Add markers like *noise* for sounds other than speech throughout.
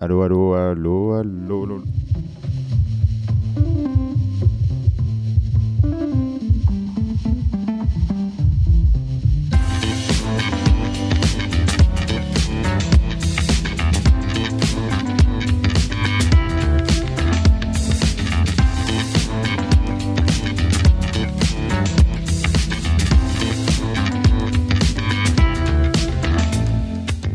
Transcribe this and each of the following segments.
Allô, allô, allô, allô, allô.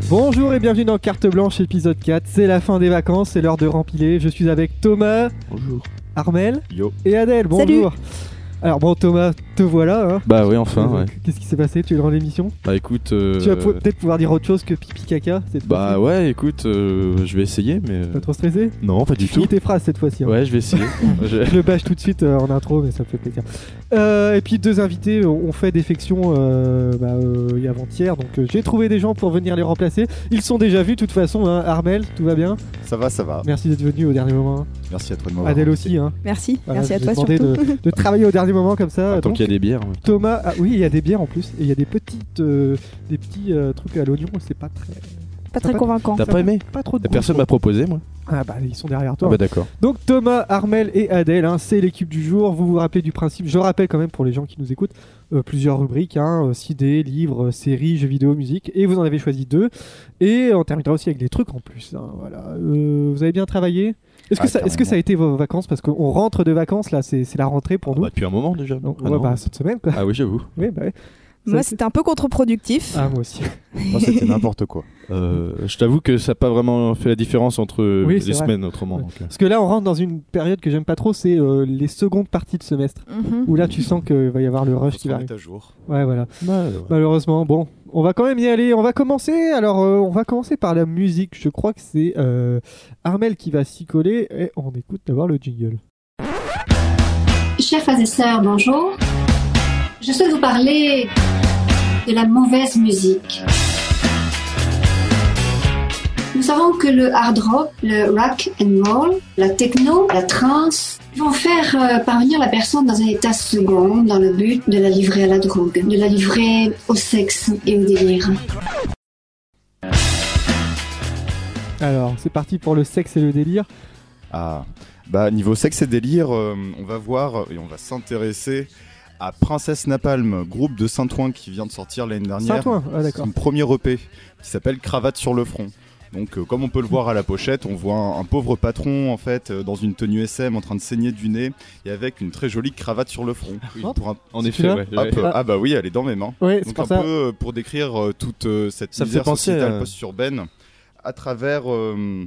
Bonjour et bienvenue dans Carte Blanche épisode 4. C'est la fin des vacances, c'est l'heure de rempiler. Je suis avec Thomas, Bonjour. Armel Yo. et Adèle. Bonjour. Alors bon Thomas, te voilà. hein. Bah oui, enfin, ouais. Donc, Qu'est-ce qui s'est passé Tu es dans l'émission Bah écoute. euh, Tu vas pou- peut-être pouvoir dire autre chose que pipi caca cette Bah fois-ci. ouais, écoute, euh, je vais essayer, mais. euh, Pas trop stressé Non, pas du Finis tout. tes phrases cette fois-ci. hein. Ouais, je vais *laughs* essayer. Je- Je le bâche tout de suite euh, en intro, mais ça me fait plaisir. Euh, et puis deux invités ont ont fait défection euh, bah, euh, et avant-hier, donc euh, j'ai trouvé des gens pour venir les remplacer. Ils sont déjà vus de toute façon. hein. Armel, tout va bien Ça va, ça va. Merci d'être venu au dernier moment. hein. Merci à toi de m'avoir. Adèle aussi. hein. Merci, Voilà, merci à je toi vous ai surtout. demandé de travailler au dernier moment comme ça. Tant Donc, qu'il y a des bières. ouais. Thomas, ah oui, il y a des bières en plus, et il y a des petites, euh, des petits euh, trucs à l'oignon, c'est pas très, *laughs* Pas très pas- convaincant. T'as pas aimé pas trop de. goût. Personne m'a proposé, moi. Ah bah ils sont derrière Ah toi. bah d'accord. Donc Thomas, Armel et Adèle, hein, c'est l'équipe du jour. Vous vous rappelez du principe. Je rappelle quand même pour les gens qui nous écoutent euh, plusieurs rubriques hein, euh, CD, livres, euh, séries, jeux vidéo, musique. Et vous en avez choisi deux. Et on terminera aussi avec des trucs en plus. hein, voilà. Euh, vous avez bien travaillé. Est-ce Ah, que, ça, est-ce que carrément. ça a été vos vacances Parce qu'on rentre de vacances là, c'est, c'est la rentrée pour nous. Bah depuis un moment déjà. Donc, ouais, ah, non. bah, cette semaine quoi. Ah oui, j'avoue. Oui, bah ouais. Moi, c'était un peu contre-productif. Ah, moi aussi. *laughs* Moi, c'était n'importe *laughs* quoi. Euh, je t'avoue que ça n'a pas vraiment fait la différence entre euh, Oui, c'est les vrai. semaines autrement. Ouais. donc, euh. Parce que là, on rentre dans une période que j'aime pas trop, c'est euh, les secondes parties de semestre. Mhm. Où là, tu sens qu'il va y avoir le rush qui va On est arriver. à jour. Ouais, voilà. Bah, ouais. Malheureusement, bon, on va quand même y aller. On va commencer. Alors, euh, on va commencer par la musique. Je crois que c'est euh, Armel qui va s'y coller. Et on écoute d'abord le jingle. Chers frères et sœurs, bonjour. Je souhaite vous parler de la mauvaise musique. Nous savons que le hard rock, le rock and roll, la techno, la trance vont faire euh, parvenir la personne dans un état second dans le but de la livrer à la drogue, de la livrer au sexe et au délire. Alors, c'est parti pour le sexe et le délire. Ah. Bah, niveau sexe et délire, euh, on va voir et on va s'intéresser à Princesse Napalm, groupe de Saint-Ouen qui vient de sortir l'année dernière. Saint-Ouen, ah, C'est d'accord. un premier EP qui s'appelle Cravate sur le front. Donc, euh, comme on peut le voir à la pochette, on voit un, un pauvre patron en fait euh, dans une tenue SM en train de saigner du nez et avec une très jolie cravate sur le front. Oui. Pour un- En C'est effet, celui-là ouais, Hop, ouais. euh, ah bah oui, elle est dans mes mains. Ouais, c'est Donc pour un ça. peu euh, pour décrire euh, toute euh, cette Ça me fait misère penser sociétale à- post-urbaine à travers, euh,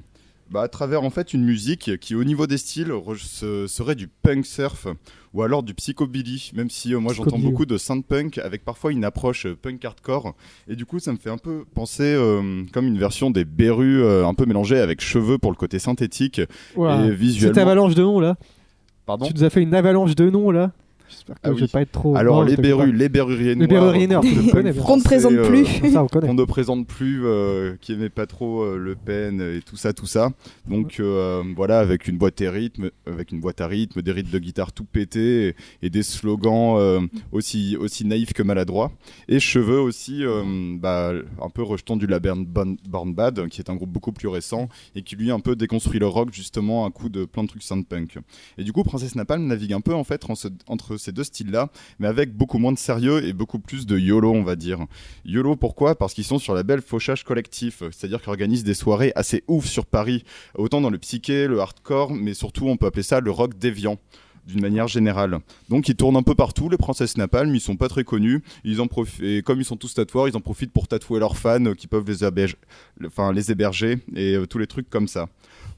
bah, à travers en fait une musique qui au niveau des styles re- se- serait du punk surf ou alors du psychobilly. Même si euh, moi j'entends Psychobilly, beaucoup de soundpunk avec parfois une approche euh, punk hardcore et du coup ça me fait un peu penser euh, comme une version des Berus euh, un peu mélangée avec cheveux pour le côté synthétique Ouah. et Cette visuellement. avalanche de noms là. Pardon. Tu nous as fait une avalanche de noms là. J'espère que Ah je vais oui. pas être trop. Alors Non, les je te connais Berus, euh, les Beruriers Les noirs, *laughs* Berruriers noirs, le je punk connais bien. Qu'on ne présente français, plus. pas. Comme Ça, on *laughs* connaît. On ne présente plus, euh, qui aimait pas trop euh, Le Pen et tout ça, tout ça. Donc euh, voilà, avec une boîte à rythme, avec une boîte à rythme, des rythmes de guitare tout pétés et, et des slogans euh, aussi aussi naïfs que maladroits. Et cheveux aussi, euh, bah, un peu rejetant du label Born, Born Bad, qui est un groupe beaucoup plus récent et qui lui un peu déconstruit le rock justement à coup de plein de trucs punk. Et du coup, Princesse Napalm navigue un peu en fait en ce- entre ces deux styles-là, mais avec beaucoup moins de sérieux et beaucoup plus de yolo, on va dire. YOLO, pourquoi Parce qu'ils sont sur la belle fauchage collectif, c'est-à-dire qu'ils organisent des soirées assez ouf sur Paris, autant dans le psyché, le hardcore, mais surtout on peut appeler ça le rock déviant d'une manière générale. Donc ils tournent un peu partout, les princesses Napalm, ils sont pas très connus, ils en profi- et comme ils sont tous tatoueurs, ils en profitent pour tatouer leurs fans euh, qui peuvent les, abége- le- enfin, les héberger et euh, tous les trucs comme ça.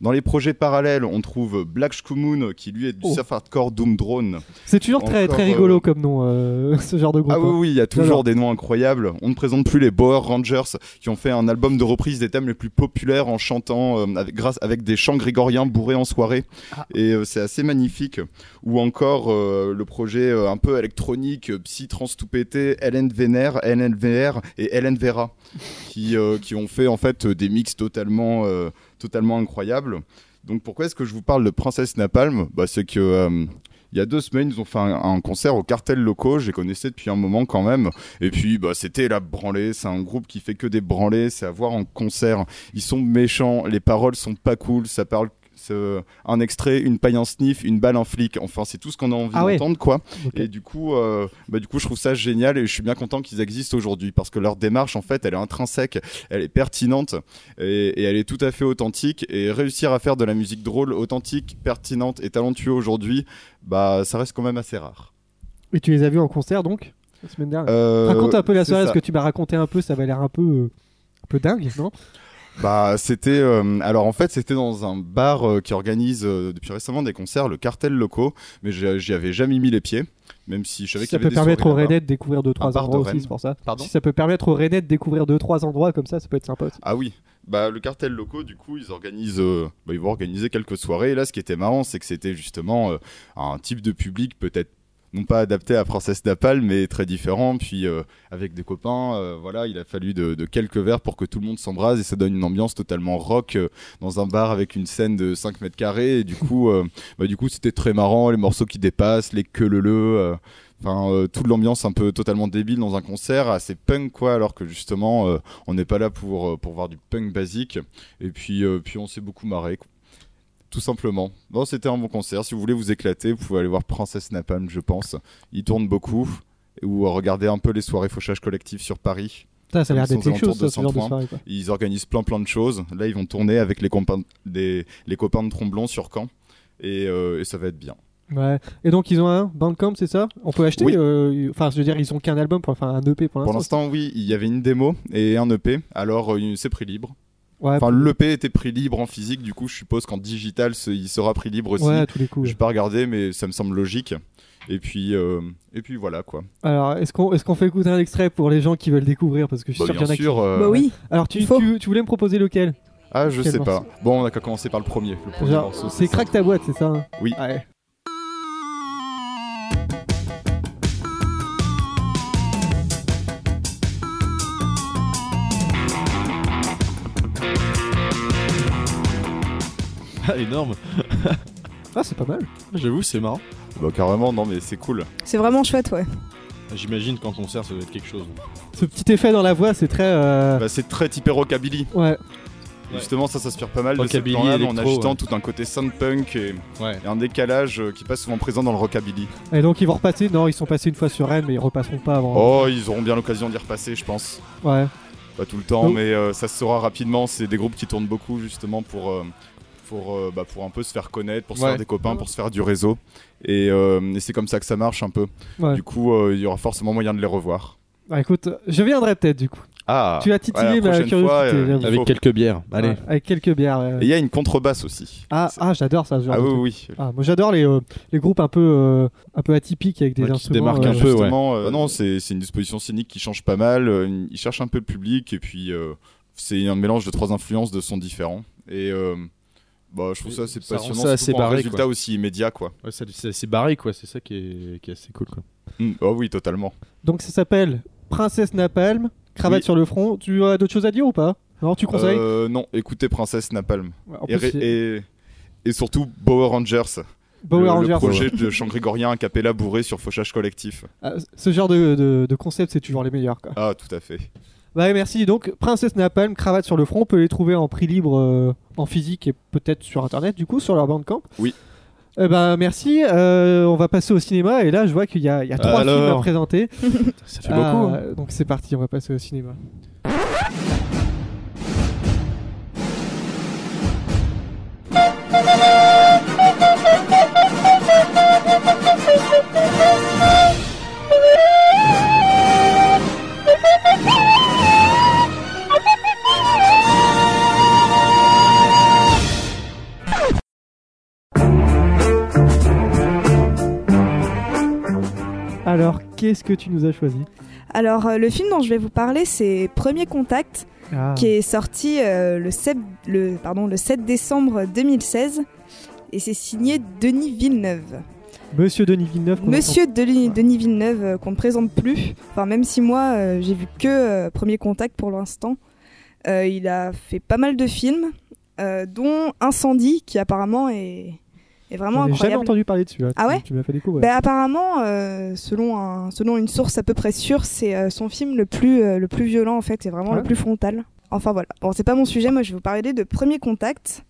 Dans les projets parallèles, on trouve Black Shkumoon qui lui est du Oh. surf hardcore Doom Drone. C'est toujours très, Encore, très euh, rigolo comme nom, euh, *laughs* ce genre de groupe. Ah oui, hein. oui, il y a toujours Alors. des noms incroyables. On ne présente plus les Boer Rangers qui ont fait un album de reprise des thèmes les plus populaires en chantant euh, avec, grâce, avec des chants grégoriens bourrés en soirée. Ah. Et euh, c'est assez magnifique. Ou encore euh, le projet euh, un peu électronique, euh, psy trans tout pété, LN Vénère, LNVR et LN Vera qui, euh, qui ont fait en fait euh, des mix totalement, euh, totalement incroyables. Donc pourquoi est-ce que je vous parle de Princesse Napalm bah, C'est que. euh, il y a deux semaines, ils ont fait un, un concert au cartel locaux. Je les connaissais depuis un moment quand même. Et puis, bah, c'était la branlée. C'est un groupe qui fait que des branlées. C'est à voir en concert. Ils sont méchants. Les paroles sont pas cool. Ça parle c'est un extrait, une paille en sniff, une balle en flic. Enfin, c'est tout ce qu'on a envie Ah ouais. d'entendre, quoi. Ok. Et du coup, euh, bah, du coup, je trouve ça génial et je suis bien content qu'ils existent aujourd'hui parce que leur démarche, en fait, elle est intrinsèque, elle est pertinente et, et elle est tout à fait authentique. Et réussir à faire de la musique drôle, authentique, pertinente et talentueuse aujourd'hui, bah, ça reste quand même assez rare. Et tu les as vus en concert donc la semaine dernière Euh, Raconte un peu la c'est soirée, ça. parce que tu m'as raconté un peu, ça va l'air un peu, euh, un peu dingue, non Bah, c'était. euh, alors, en fait, c'était dans un bar euh, qui organise euh, depuis récemment des concerts, le Cartel Locaux, mais j'ai- j'y avais jamais mis les pieds, même si je savais qu'il y Si ça avait peut des permettre soirées aux là-bas. Rennais de découvrir deux trois bar de endroits aussi, Rennes. c'est pour ça. Pardon si ça peut permettre aux Rennais de découvrir deux trois endroits comme ça, ça peut être sympa. aussi. Ah oui, bah le cartel locaux, du coup, ils organisent, euh, bah, ils vont organiser quelques soirées. Et là, ce qui était marrant, c'est que c'était justement euh, un type de public peut-être non pas adapté à Princesse d'Apal, mais très différent. Puis euh, avec des copains, euh, voilà, il a fallu de, de quelques verres pour que tout le monde s'embrase et ça donne une ambiance totalement rock euh, dans un bar avec une scène de 5 mètres carrés. Et du coup, euh, bah, du coup, c'était très marrant, les morceaux qui dépassent, les que le le. euh, Enfin, euh, toute l'ambiance un peu totalement débile dans un concert, assez punk quoi, alors que justement, euh, on n'est pas là pour, euh, pour voir du punk basique. Et puis, euh, puis on s'est beaucoup marré. quoi. Tout simplement. Bon, c'était un bon concert. Si vous voulez vous éclater, vous pouvez aller voir Princesse Napalm, je pense. Il tourne beaucoup. Ou euh, regarder un peu les soirées fauchage collectif sur Paris. Ça, ça a l'air Comme d'être quelque ils sont chose, aux ça, ce genre alentours de de soirée. quoi. Ils organisent plein plein de choses. Là, ils vont tourner avec les copains, des- les copains de Tromblon sur Caen. Et, euh, et ça va être bien. Ouais. Et donc ils ont un Bandcamp, c'est ça On peut acheter. Oui. euh, Enfin, je veux dire, ils ont qu'un album, pour, enfin un EP pour Pour l'instant. l'instant, oui, il y avait une démo et un EP. Alors, euh, c'est prix libre. Ouais, Enfin, l'EP était prix libre en physique. Du coup, je suppose qu'en digital, ce- il sera prix libre aussi. ouais, à tous les Je coups. J'ai pas regardé, mais ça me semble logique. Et puis, euh, et puis voilà quoi. Alors, est-ce qu'on est-ce qu'on fait écouter un extrait pour les gens qui veulent découvrir Parce que je suis Bah, sûr qu'il y en bien a qui. sûr. euh, *laughs* Bah oui. Alors, tu, Il faut. tu, tu voulais me proposer lequel Ah, je Quel sais pas. Bon, on a qu'à commencer par le premier. Le premier Genre, morceau, c'est ça. Crack ta boîte, c'est ça hein Euh, Oui. Ouais. Ah, *laughs* énorme. Ah, c'est pas mal. J'avoue, c'est marrant. Bah carrément, non, mais c'est cool. C'est vraiment chouette, ouais. J'imagine qu'en concert, ça doit être quelque chose. Ce petit effet dans la voix, c'est très. euh, Bah, c'est très typé rockabilly. Ouais. Ouais. Justement, ça s'inspire pas mal de cette Rockabilly, plan-là, mais en électro, ajoutant ouais. tout un côté soundpunk et, Ouais. et un décalage euh, qui passe souvent présent dans le rockabilly. Et donc ils vont repasser. Non, ils sont passés une fois sur Rennes, mais ils repasseront pas avant. Oh, ils auront bien l'occasion d'y repasser, je pense. Ouais. Pas tout le temps, Donc- mais euh, ça se saura rapidement. C'est des groupes qui tournent beaucoup justement pour, euh, pour, euh, bah, pour un peu se faire connaître, pour se Ouais. faire des copains, pour se faire du réseau. Et, euh, et c'est comme ça que ça marche un peu. Ouais. Du coup, euh, il y aura forcément moyen de les revoir. Bah écoute, je viendrai peut-être du coup. Ah tu as titillé ouais, la ma prochaine fois, curiosité. euh, j'avoue. il Avec faut. quelques bières. Allez. Ouais, avec quelques bières. ouais, ouais. Et il y a une contrebasse aussi. Ah, C'est- ah j'adore ça. ce genre Ah de oui, truc. oui. Ah, moi j'adore les, euh, les groupes un peu, euh, un peu atypiques avec des Ouais, qui se instruments. démarquent un euh, peu, ouais. Justement, euh, non, c'est c'est une disposition scénique qui change pas mal. euh, il cherche un peu le public et puis euh, c'est un mélange de trois influences de sons différents. Et euh, bah, je trouve ça assez Ça rend passionnant. ça surtout assez pour un barré, résultat quoi. aussi immédiat, quoi. Ouais, ça- c'est c'est barré, quoi. C'est ça qui est, qui est assez cool, quoi. Mm, Oh oui, totalement. Donc ça s'appelle Princesse Napalm, cravate Oui. sur le front. Tu as d'autres choses à dire ou pas Non, tu conseilles Euh, Non, écoutez Princesse Napalm. En Et, plus, ré- c'est et, et surtout Bower Rangers. Power le, le Rangers. projet de chant grégorien a cappella bourré sur fauchage collectif. Ah, Ce genre de, de, de concept, c'est toujours les meilleurs. Quoi. Bah Ah, tout à fait. Ouais, merci. Donc, Princesse Napalm, cravate sur le front, on peut les trouver en prix libre, euh, en physique et peut-être sur internet, du coup, sur leur bandcamp. Oui. Eh ben, merci. Euh, on va passer au cinéma et là, je vois qu'il y a, il y a trois films à Alors. présenter. Ça fait Ah, beaucoup. hein. Donc, c'est parti, on va passer au cinéma. Alors, qu'est-ce que tu nous as choisi Alors, euh, le film dont je vais vous parler, c'est Premier Contact, Ah. qui est sorti euh, le, 7, le, pardon, le 7 décembre 2016. Et c'est signé Denis Villeneuve. Monsieur Denis Villeneuve. qu'on Monsieur Denis, Ouais. Denis Villeneuve, euh, qu'on ne présente plus. Enfin, même si moi, euh, j'ai vu que euh, Premier Contact pour l'instant. Euh, il a fait pas mal de films, euh, dont Incendie, qui apparemment est, est vraiment J'en ai jamais incroyable. entendu parler dessus. là. Ah Tu- ouais Tu m'as fait découvrir. Bah, apparemment, euh, selon, un- selon une source à peu près sûre, c'est euh, son film le plus, euh, le plus violent en fait, et vraiment Ah le ouais plus frontal. Enfin voilà. Bon, c'est pas mon sujet, moi je vais vous parler de Premier Contact.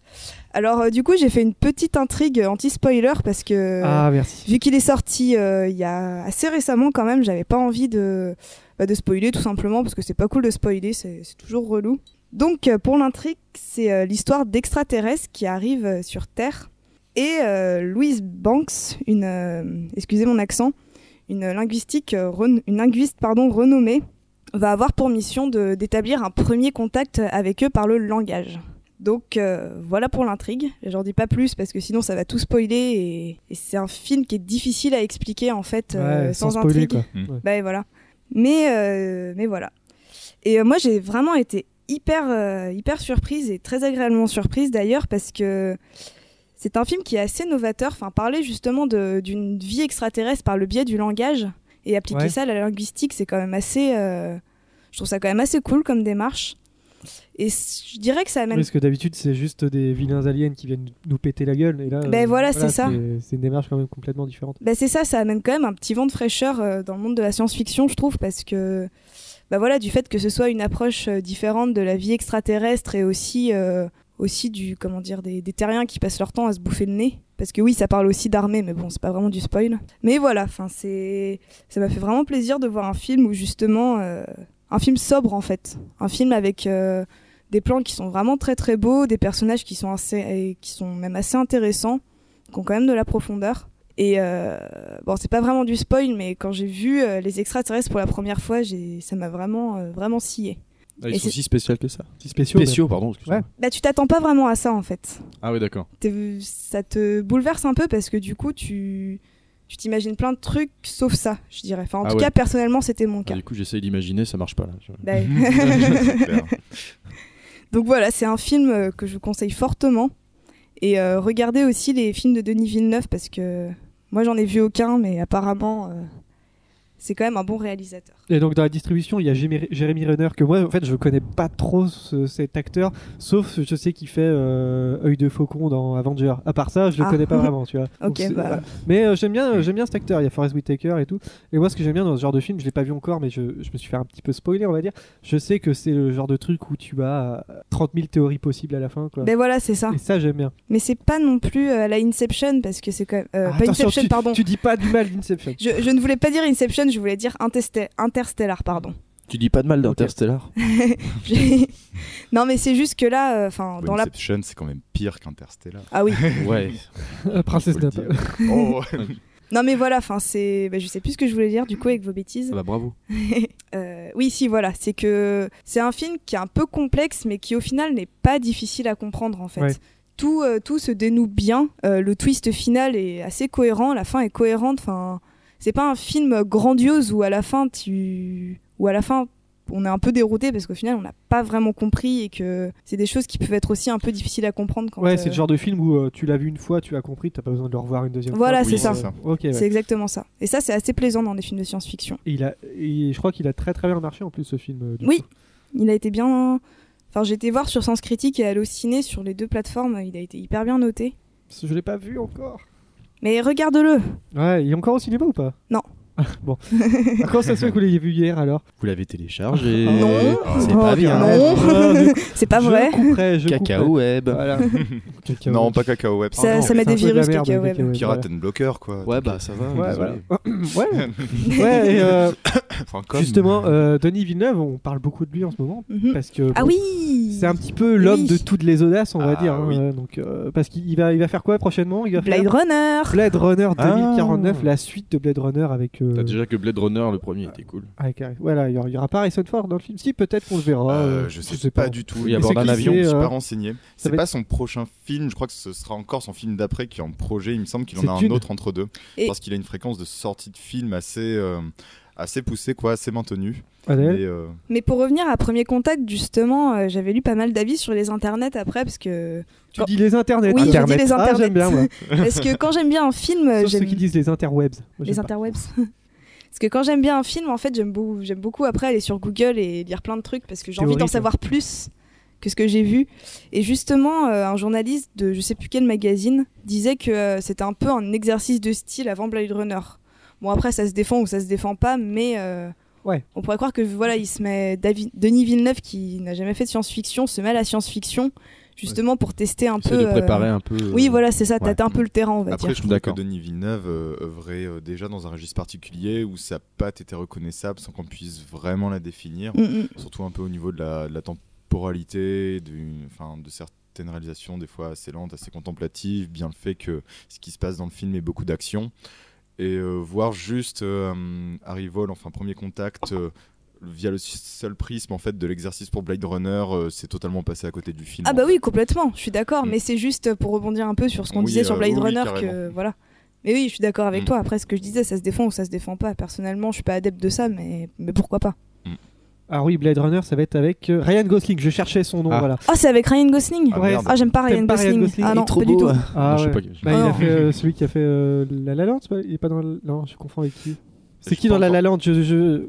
Alors euh, du coup, j'ai fait une petite intrigue anti-spoiler parce que Ah, merci. vu qu'il est sorti euh, il y a assez récemment quand même, j'avais pas envie de, bah, de spoiler tout simplement parce que c'est pas cool de spoiler, c'est c'est toujours relou. Donc euh, pour l'intrigue, c'est euh, l'histoire d'extraterrestres qui arrivent euh, sur Terre et euh, Louise Banks, une euh, excusez mon accent, une linguistique, euh, ren- une linguiste pardon renommée, va avoir pour mission de- d'établir un premier contact avec eux par le langage. Donc euh, voilà pour l'intrigue. J'en dis pas plus parce que sinon ça va tout spoiler et, et c'est un film qui est difficile à expliquer en fait euh, Ouais, sans, sans spoiler intrigue. quoi. Bah et voilà. Mais, euh, mais voilà. Et euh, moi, j'ai vraiment été hyper, euh, hyper surprise et très agréablement surprise d'ailleurs parce que c'est un film qui est assez novateur. Enfin, parler justement de- d'une vie extraterrestre par le biais du langage et appliquer Ouais. ça à la linguistique, c'est quand même assez. euh, je trouve ça quand même assez cool comme démarche. Et c- je dirais que ça amène. Parce que d'habitude, c'est juste des vilains aliens qui viennent nous péter la gueule. Et là, euh, Ben voilà, c'est ça. C'est une démarche quand même complètement différente. Bah c'est ça, ça amène quand même un petit vent de fraîcheur euh, dans le monde de la science-fiction, je trouve, parce que bah voilà, du fait que ce soit une approche euh, différente de la vie extraterrestre et aussi euh, aussi du comment dire des, des terriens qui passent leur temps à se bouffer le nez, parce que oui, ça parle aussi d'armée, mais bon, c'est pas vraiment du spoil. Mais voilà, enfin c'est ça m'a fait vraiment plaisir de voir un film où justement euh, un film sobre en fait, un film avec euh, des plans qui sont vraiment très très beaux, des personnages qui sont assez et qui sont même assez intéressants, qui ont quand même de la profondeur. Et euh, bon, c'est pas vraiment du spoil, mais quand j'ai vu euh, les extraterrestres pour la première fois, j'ai, ça m'a vraiment, euh, vraiment scié. Ah, Et ils sont c'est- si spéciaux que ça. Si spéciaux. Spéciaux, pardon. excuse-moi. Ouais. Bah, tu t'attends pas vraiment à ça en fait. Ah oui, d'accord. T'es- ça te bouleverse un peu parce que du coup, tu, tu t'imagines plein de trucs sauf ça, je dirais. Enfin, en Ah tout ouais. cas, personnellement, c'était mon Ah, cas. du coup, j'essaye d'imaginer, ça marche pas là. Je- *laughs* Bah, *laughs* *laughs* Donc voilà, c'est un film euh, que je vous conseille fortement. Et euh, regardez aussi les films de Denis Villeneuve parce que moi, j'en ai vu aucun, mais apparemment, euh, c'est quand même un bon réalisateur. Et donc dans la distribution, il y a Jémé- Jérémy Renner que moi, en fait, je connais pas trop ce- cet acteur, sauf je sais qu'il fait euh, œil de faucon dans Avenger. À part ça, je le Ah. connais *laughs* pas vraiment, tu vois. Donc, Ok, c'est- bah. voilà. Mais euh, j'aime bien, euh, j'aime bien cet acteur. Il y a Forest Whitaker et tout. Et moi, ce que j'aime bien dans ce genre de film, je l'ai pas vu encore, mais je, je me suis fait un petit peu spoiler, on va dire. Je sais que c'est le genre de truc où tu as euh, 30 000 théories possibles à la fin, quoi. Ben voilà, c'est ça. Et ça, j'aime bien. Mais c'est pas non plus euh, la Inception parce que c'est quand même. euh, Ah, pas attention, Inception, tu, pardon. Tu dis pas du mal d'Inception. Je, je ne voulais pas dire Inception, je voulais dire Inteste- Interstellar, pardon. *laughs* Tu dis pas de mal d'Interstellar J'ai- non, mais c'est juste que là, euh, enfin, dans la. Inception, c'est quand même pire qu'Interstellar. Ah oui. Ouais. *laughs* Princesse Ah, Faut le Nap. dire. *laughs* Oh. Non, mais voilà, enfin, c'est. ben, je sais plus ce que je voulais dire du coup avec vos bêtises. Ah bah bravo. Euh, oui, si, voilà. C'est que c'est un film qui est un peu complexe, mais qui au final n'est pas difficile à comprendre en fait. Ouais. Tout, euh, tout se dénoue bien. Euh, le twist final est assez cohérent. La fin est cohérente. Enfin, c'est pas un film grandiose où à la fin tu, où à la fin on est un peu dérouté parce qu'au final on n'a pas vraiment compris et que c'est des choses qui peuvent être aussi un peu difficiles à comprendre quand. Ouais, euh, c'est le genre de film où euh, tu l'as vu une fois, tu as compris, t'as pas besoin de le revoir une deuxième Voilà, fois. c'est pour, ça. euh, c'est ça. Ok. ouais. C'est exactement ça. Et ça, c'est assez plaisant dans les films de science-fiction. Et il a, et je crois qu'il a très très bien marché en plus ce film. euh, du Oui, coup. il a été bien. Enfin, j'ai été voir sur Sens Critique et Allociné sur les deux plateformes. Il a été hyper bien noté. Je l'ai pas vu encore. Mais regarde-le. Ouais, il est encore au cinéma ou pas Non. Ah, *laughs* bon. Ah, Comment ça se fait que vous l'ayez vu hier alors Vous l'avez téléchargé Non. C'est Oh, pas bien. dirais-je. *laughs* Ah, Non. *laughs* je- C'est pas je vrai. couperai, je couperai. Cacao *laughs* Web. Voilà. Cacao. non, pas Cacao Web. Ça- pardon. ça met C'est un des peu de la virus, merde, Cacao Web. Cacao Pirate and Blocker, quoi. euh, Ouais, bah *laughs* ça va. Ouais, désolé. voilà. ouais. ouais, et euh, Enfin, comme- justement, euh, Denis Villeneuve, on parle beaucoup de lui en ce moment Mhm. parce que Ah bon, oui. C'est un petit peu l'homme Oui. de toutes les audaces, on va Ah, dire. hein, oui. euh, donc, euh, parce qu'il il va, il va faire quoi prochainement il va faire Blade Runner. Blade Runner Ah. 2049, la suite de Blade Runner avec. euh, T'as déjà que Blade Runner, le premier, était cool. avec Harry- voilà, il y aura- il y aura pas Harrison Ford dans le film. Si, peut-être qu'on le verra. Euh, euh, je sais, pas, du tout. Oui, à Mais bord c'est d'un qui, avion, Je c'est, suis euh, pas renseigné. C'est va pas son prochain film. Je crois que ce sera encore son film d'après qui est en projet. Il me semble qu'il C'est en a Dune. un autre entre deux. Et- Parce qu'il a une fréquence de sortie de film assez, euh, assez poussée, quoi, assez maintenue. Adèle Mais, euh, Mais pour revenir à Premier Contact, justement, euh, j'avais lu pas mal d'avis sur les internets après *laughs* parce que Tu dis les internets. Oh. Oui, je dis les Ah, internets. j'aime bien, moi. parce que quand j'aime bien un film, euh, Sauf j'aime ceux qui disent les interwebs. Moi, les j'aime pas. interwebs. *laughs* Parce que quand j'aime bien un film, en fait, j'aime beaucoup, j'aime beaucoup après aller sur Google et lire plein de trucs parce que j'ai envie Théorie, d'en quoi. savoir plus. que ce que j'ai vu. Et justement, euh, un journaliste de je sais plus quel magazine disait que euh, c'était un peu un exercice de style avant Blade Runner. Bon, après, ça se défend ou ça se défend pas, mais euh, Ouais. on pourrait croire que voilà, il se met Davi- Denis Villeneuve, qui n'a jamais fait de science-fiction, se met à la science-fiction justement pour tester un peu. C'est de euh, préparer un peu. Oui, voilà, c'est ça, Ouais. tâter un peu le terrain, on va Après, dire. je trouve que D'accord. Denis Villeneuve euh, œuvrait euh, déjà dans un registre particulier où sa patte était reconnaissable sans qu'on puisse vraiment la définir, Mm, mm. surtout un peu au niveau de la, de la temporalité, du- enfin, de certaines réalisations des fois assez lentes, assez contemplatives, bien le fait que ce qui se passe dans le film est beaucoup d'action. Et euh, voir juste euh, Arrival, enfin premier contact, euh, via le seul prisme en fait de l'exercice pour Blade Runner, euh, c'est totalement passé à côté du film. Ah bah oui, complètement, je suis d'accord, Mm. mais c'est juste pour rebondir un peu sur ce qu'on Oui, disait sur euh, Blade oui, Runner que carrément. voilà. Mais oui, je suis d'accord avec Mm. toi. Après, ce que je disais, ça se défend ou ça se défend pas. Personnellement, je suis pas adepte de ça, mais, mais pourquoi pas Ah oui, Blade Runner, ça va être avec euh, Ryan Gosling. Je cherchais son nom, Ah. voilà. Ah, c'est avec Ryan Gosling Ah, Ouais, merde. Ah, j'aime pas Ryan T'aimes pas Ryan Gosling. Gosling, Ah il non, est pas du tout. Ah Non, je sais ouais. pas qui- Bah, Ah il a non. fait euh, celui qui a fait euh, La La Land, c'est pas- il est pas dans. Non, je confonds avec qui. C'est Je qui dans pense La en- La Land je, je-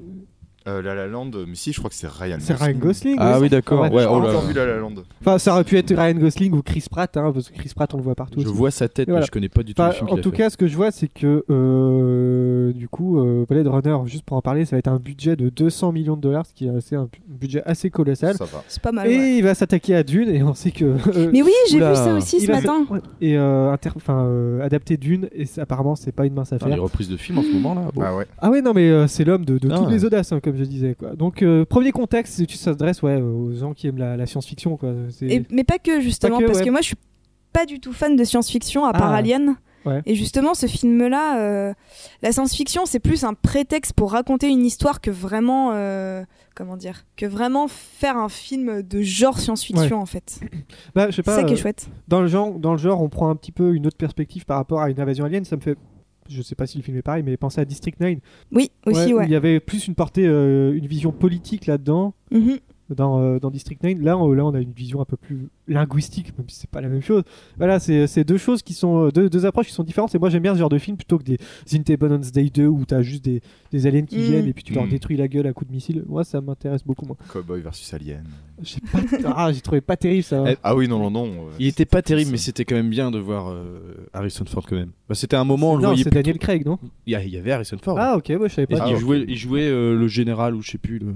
Euh, La La Land, mais si, je crois que c'est Ryan. C'est Ryan Gosling. Ah ouais. oui, d'accord. Ouais, Ouais, J'ai oh là encore là. vu La La Land. Enfin, ça aurait pu être Ryan Gosling ou Chris Pratt, hein, parce que Chris Pratt, on le voit partout. Je aussi. vois sa tête, Voilà. mais je connais pas du tout Enfin, le film. en qu'il a tout fait. cas, ce que je vois, c'est que euh, du coup, euh, Blade Runner, juste pour en parler, ça va être un budget de 200 millions de dollars, ce qui est assez- un bu- budget assez colossal. Ça va. C'est pas mal. Et Ah ouais. il va s'attaquer à Dune, et on sait que. euh, Mais oui, j'ai Oula. vu ça aussi il ce a- matin. Et euh, inter- enfin, euh, adapter Dune, et c'est- apparemment, c'est pas une mince Putain, les affaire. reprises de films en ce moment là. Ah ouais. Ah ouais, non, mais euh, c'est l'homme de, de Ah toutes ouais. les audaces, hein, comme je disais. Quoi. Donc, euh, premier contexte, c'est que ça s'adresse ouais, aux gens qui aiment la, la science-fiction. quoi. C'est- Et- mais pas que justement, Pas que, parce ouais. que moi, je suis pas du tout fan de science-fiction à part Ah. Alien. Ouais. Et justement, ce film-là, euh, la science-fiction, c'est plus un prétexte pour raconter une histoire que vraiment, euh, comment dire, que vraiment faire un film de genre science-fiction en fait. Bah, je sais C'est pas, ça qui est euh, chouette. dans le genre, dans le genre, on prend un petit peu une autre perspective par rapport à une invasion alien. Ça me fait, je sais pas si le film est pareil, mais penser à District 9 Oui, aussi, où ouais. Il y avait plus une portée, euh, une vision politique là-dedans. Mhm. Dans, euh, dans District 9, là on, là on a une vision un peu plus linguistique, même si c'est pas la même chose. Voilà, c'est c'est deux choses qui sont euh, deux, deux approches qui sont différentes. Et moi j'aime bien ce genre de film plutôt que des Independence Day 2 où t'as juste des, des aliens qui Mm. viennent et puis tu leur Mm. détruis la gueule à coups de missile. Moi ça m'intéresse beaucoup moins. Cowboy versus Alien. J'ai pas- ah, j'ai trouvé pas terrible ça. Eh, Ah oui, non, non, non. euh, Il était pas terrible, ça. mais c'était quand même bien de voir euh, Harrison Ford quand même. Bah, c'était un moment, on le non, voyait. c'est plus- Daniel Craig, non Il y a- il y avait Harrison Ford. Ah ok, moi je savais Et pas. Ah, il, ok. jouait, il jouait, euh, le général ou je sais plus. le-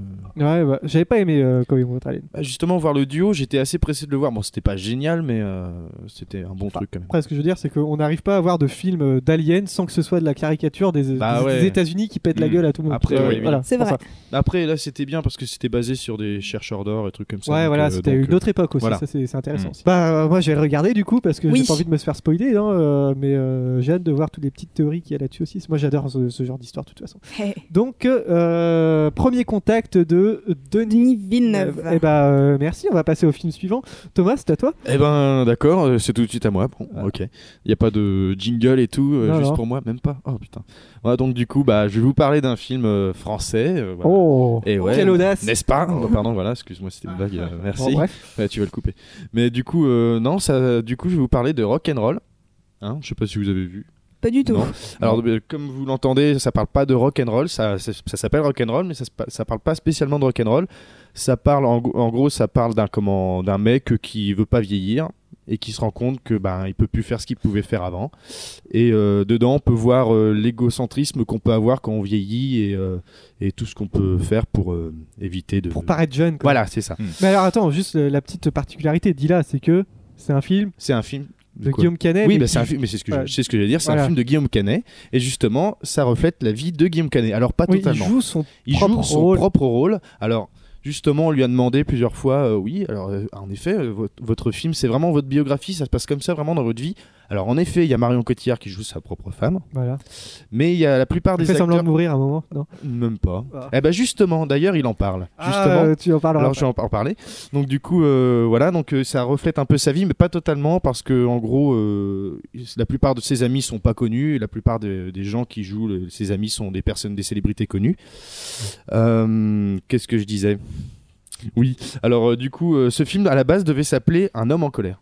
Ouais, bah, j'avais pas aimé euh, Quand ils vont alien. Bah, justement, voir le duo, j'étais assez pressé de le voir. Bon, c'était pas génial, mais euh, c'était un bon truc quand même. Après, ce que je veux dire, c'est qu'on n'arrive pas à avoir de film euh, d'aliens sans que ce soit de la caricature des, Bah des- ouais. des États-Unis qui pètent la Mm. gueule à tout le monde. Après, oui, oui. voilà, C'est pour vrai. ça. Après, là, c'était bien parce que c'était basé sur des chercheurs d'or et trucs comme ça. Ouais, donc, voilà, euh, c'était donc, une autre époque aussi. voilà. Ça, Mmh. c'est c'est intéressant. Mm. aussi. Bah, euh, moi, je vais le regarder du coup parce que Oui. j'ai pas envie de me se faire spoiler, hein, euh, mais euh, j'ai hâte de voir toutes les petites théories qu'il y a là-dessus aussi. Moi, j'adore ce, ce genre d'histoire de toute façon. *laughs* Eh, Donc, euh, premier contact de Denis. Denis Villeneuve. Eh bah, euh, merci. On va passer au film suivant. Thomas, c'est à toi. Euh, Eh ben, d'accord, euh, c'est tout de suite à moi. Bon, Ah. ok. Il n'y a pas de jingle et tout, euh, Non, juste non. pour moi, même pas. Oh putain. Voilà, donc, du coup, bah, je vais vous parler d'un film euh, français. euh, voilà. Oh, Et ouais. quelle audace. Ah. N'est-ce pas Oh, Pardon, voilà, excuse-moi, c'était une blague. euh, Bon, merci. bref. Ouais, tu vas le couper. Mais du coup, euh, non, ça, du coup, je vais vous parler de rock and roll. Hein, je sais pas si vous avez vu. Pas du tout. Non. Alors, euh, comme vous l'entendez, ça parle pas de rock and roll. Ça, ça, ça s'appelle rock and roll, mais ça, se pa- ça parle pas spécialement de rock and roll. Ça parle, en, go- en gros, ça parle d'un comment, d'un mec qui veut pas vieillir et qui se rend compte que ben il peut plus faire ce qu'il pouvait faire avant. Et euh, dedans, on peut voir euh, l'égocentrisme qu'on peut avoir quand on vieillit et, euh, et tout ce qu'on peut faire pour euh, éviter de. Pour paraître jeune. quoi. voilà, c'est ça. Mais alors attends, juste euh, la petite particularité d'Ila, c'est que c'est un film C'est un film. de Quoi Guillaume Canet. Oui, mais bah, qui- c'est un film, mais c'est ce que Ouais. je- c'est ce que j'allais dire. C'est Eh ben Voilà. un film de Guillaume Canet, et justement, ça reflète la vie de Guillaume Canet. Alors pas oui, il totalement. joue son. Il joue, propre son rôle. propre rôle. Alors justement, on lui a demandé plusieurs fois. euh, oui, alors euh, en effet, euh, votre, votre film, c'est vraiment votre biographie. Ça se passe comme ça, vraiment dans votre vie. Alors en effet, il y a Marion Cotillard qui joue sa propre femme, Voilà. mais il y a la plupart Il des fait semblant acteurs de mourir à un moment, non même pas. Ah. Eh ben justement, d'ailleurs, il en parle. Justement, Ah, euh, tu en parleras. alors je après. vais en en parler. Donc du coup, euh, voilà, donc euh, ça reflète un peu sa vie, mais pas totalement parce que en gros, euh, la plupart de ses amis sont pas connus, et la plupart de- des gens qui jouent le- ses amis sont des personnes, des célébrités connues. Euh, Qu'est-ce que je disais Oui. Alors euh, du coup, euh, ce film à la base devait s'appeler Un homme en colère.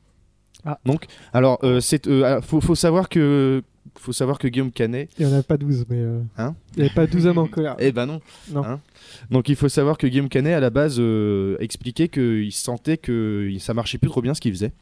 Ah. Donc, alors, euh, c'est, euh, alors, faut, faut savoir que faut savoir que Guillaume Canet. Il n'y en a pas 12, mais. euh, Hein Il n'y avait pas 12 hommes en colère. Eh ben non. Non. Hein Donc il faut savoir que Guillaume Canet, à la base, euh, expliquait qu'il sentait que il- ça marchait plus trop bien ce qu'il faisait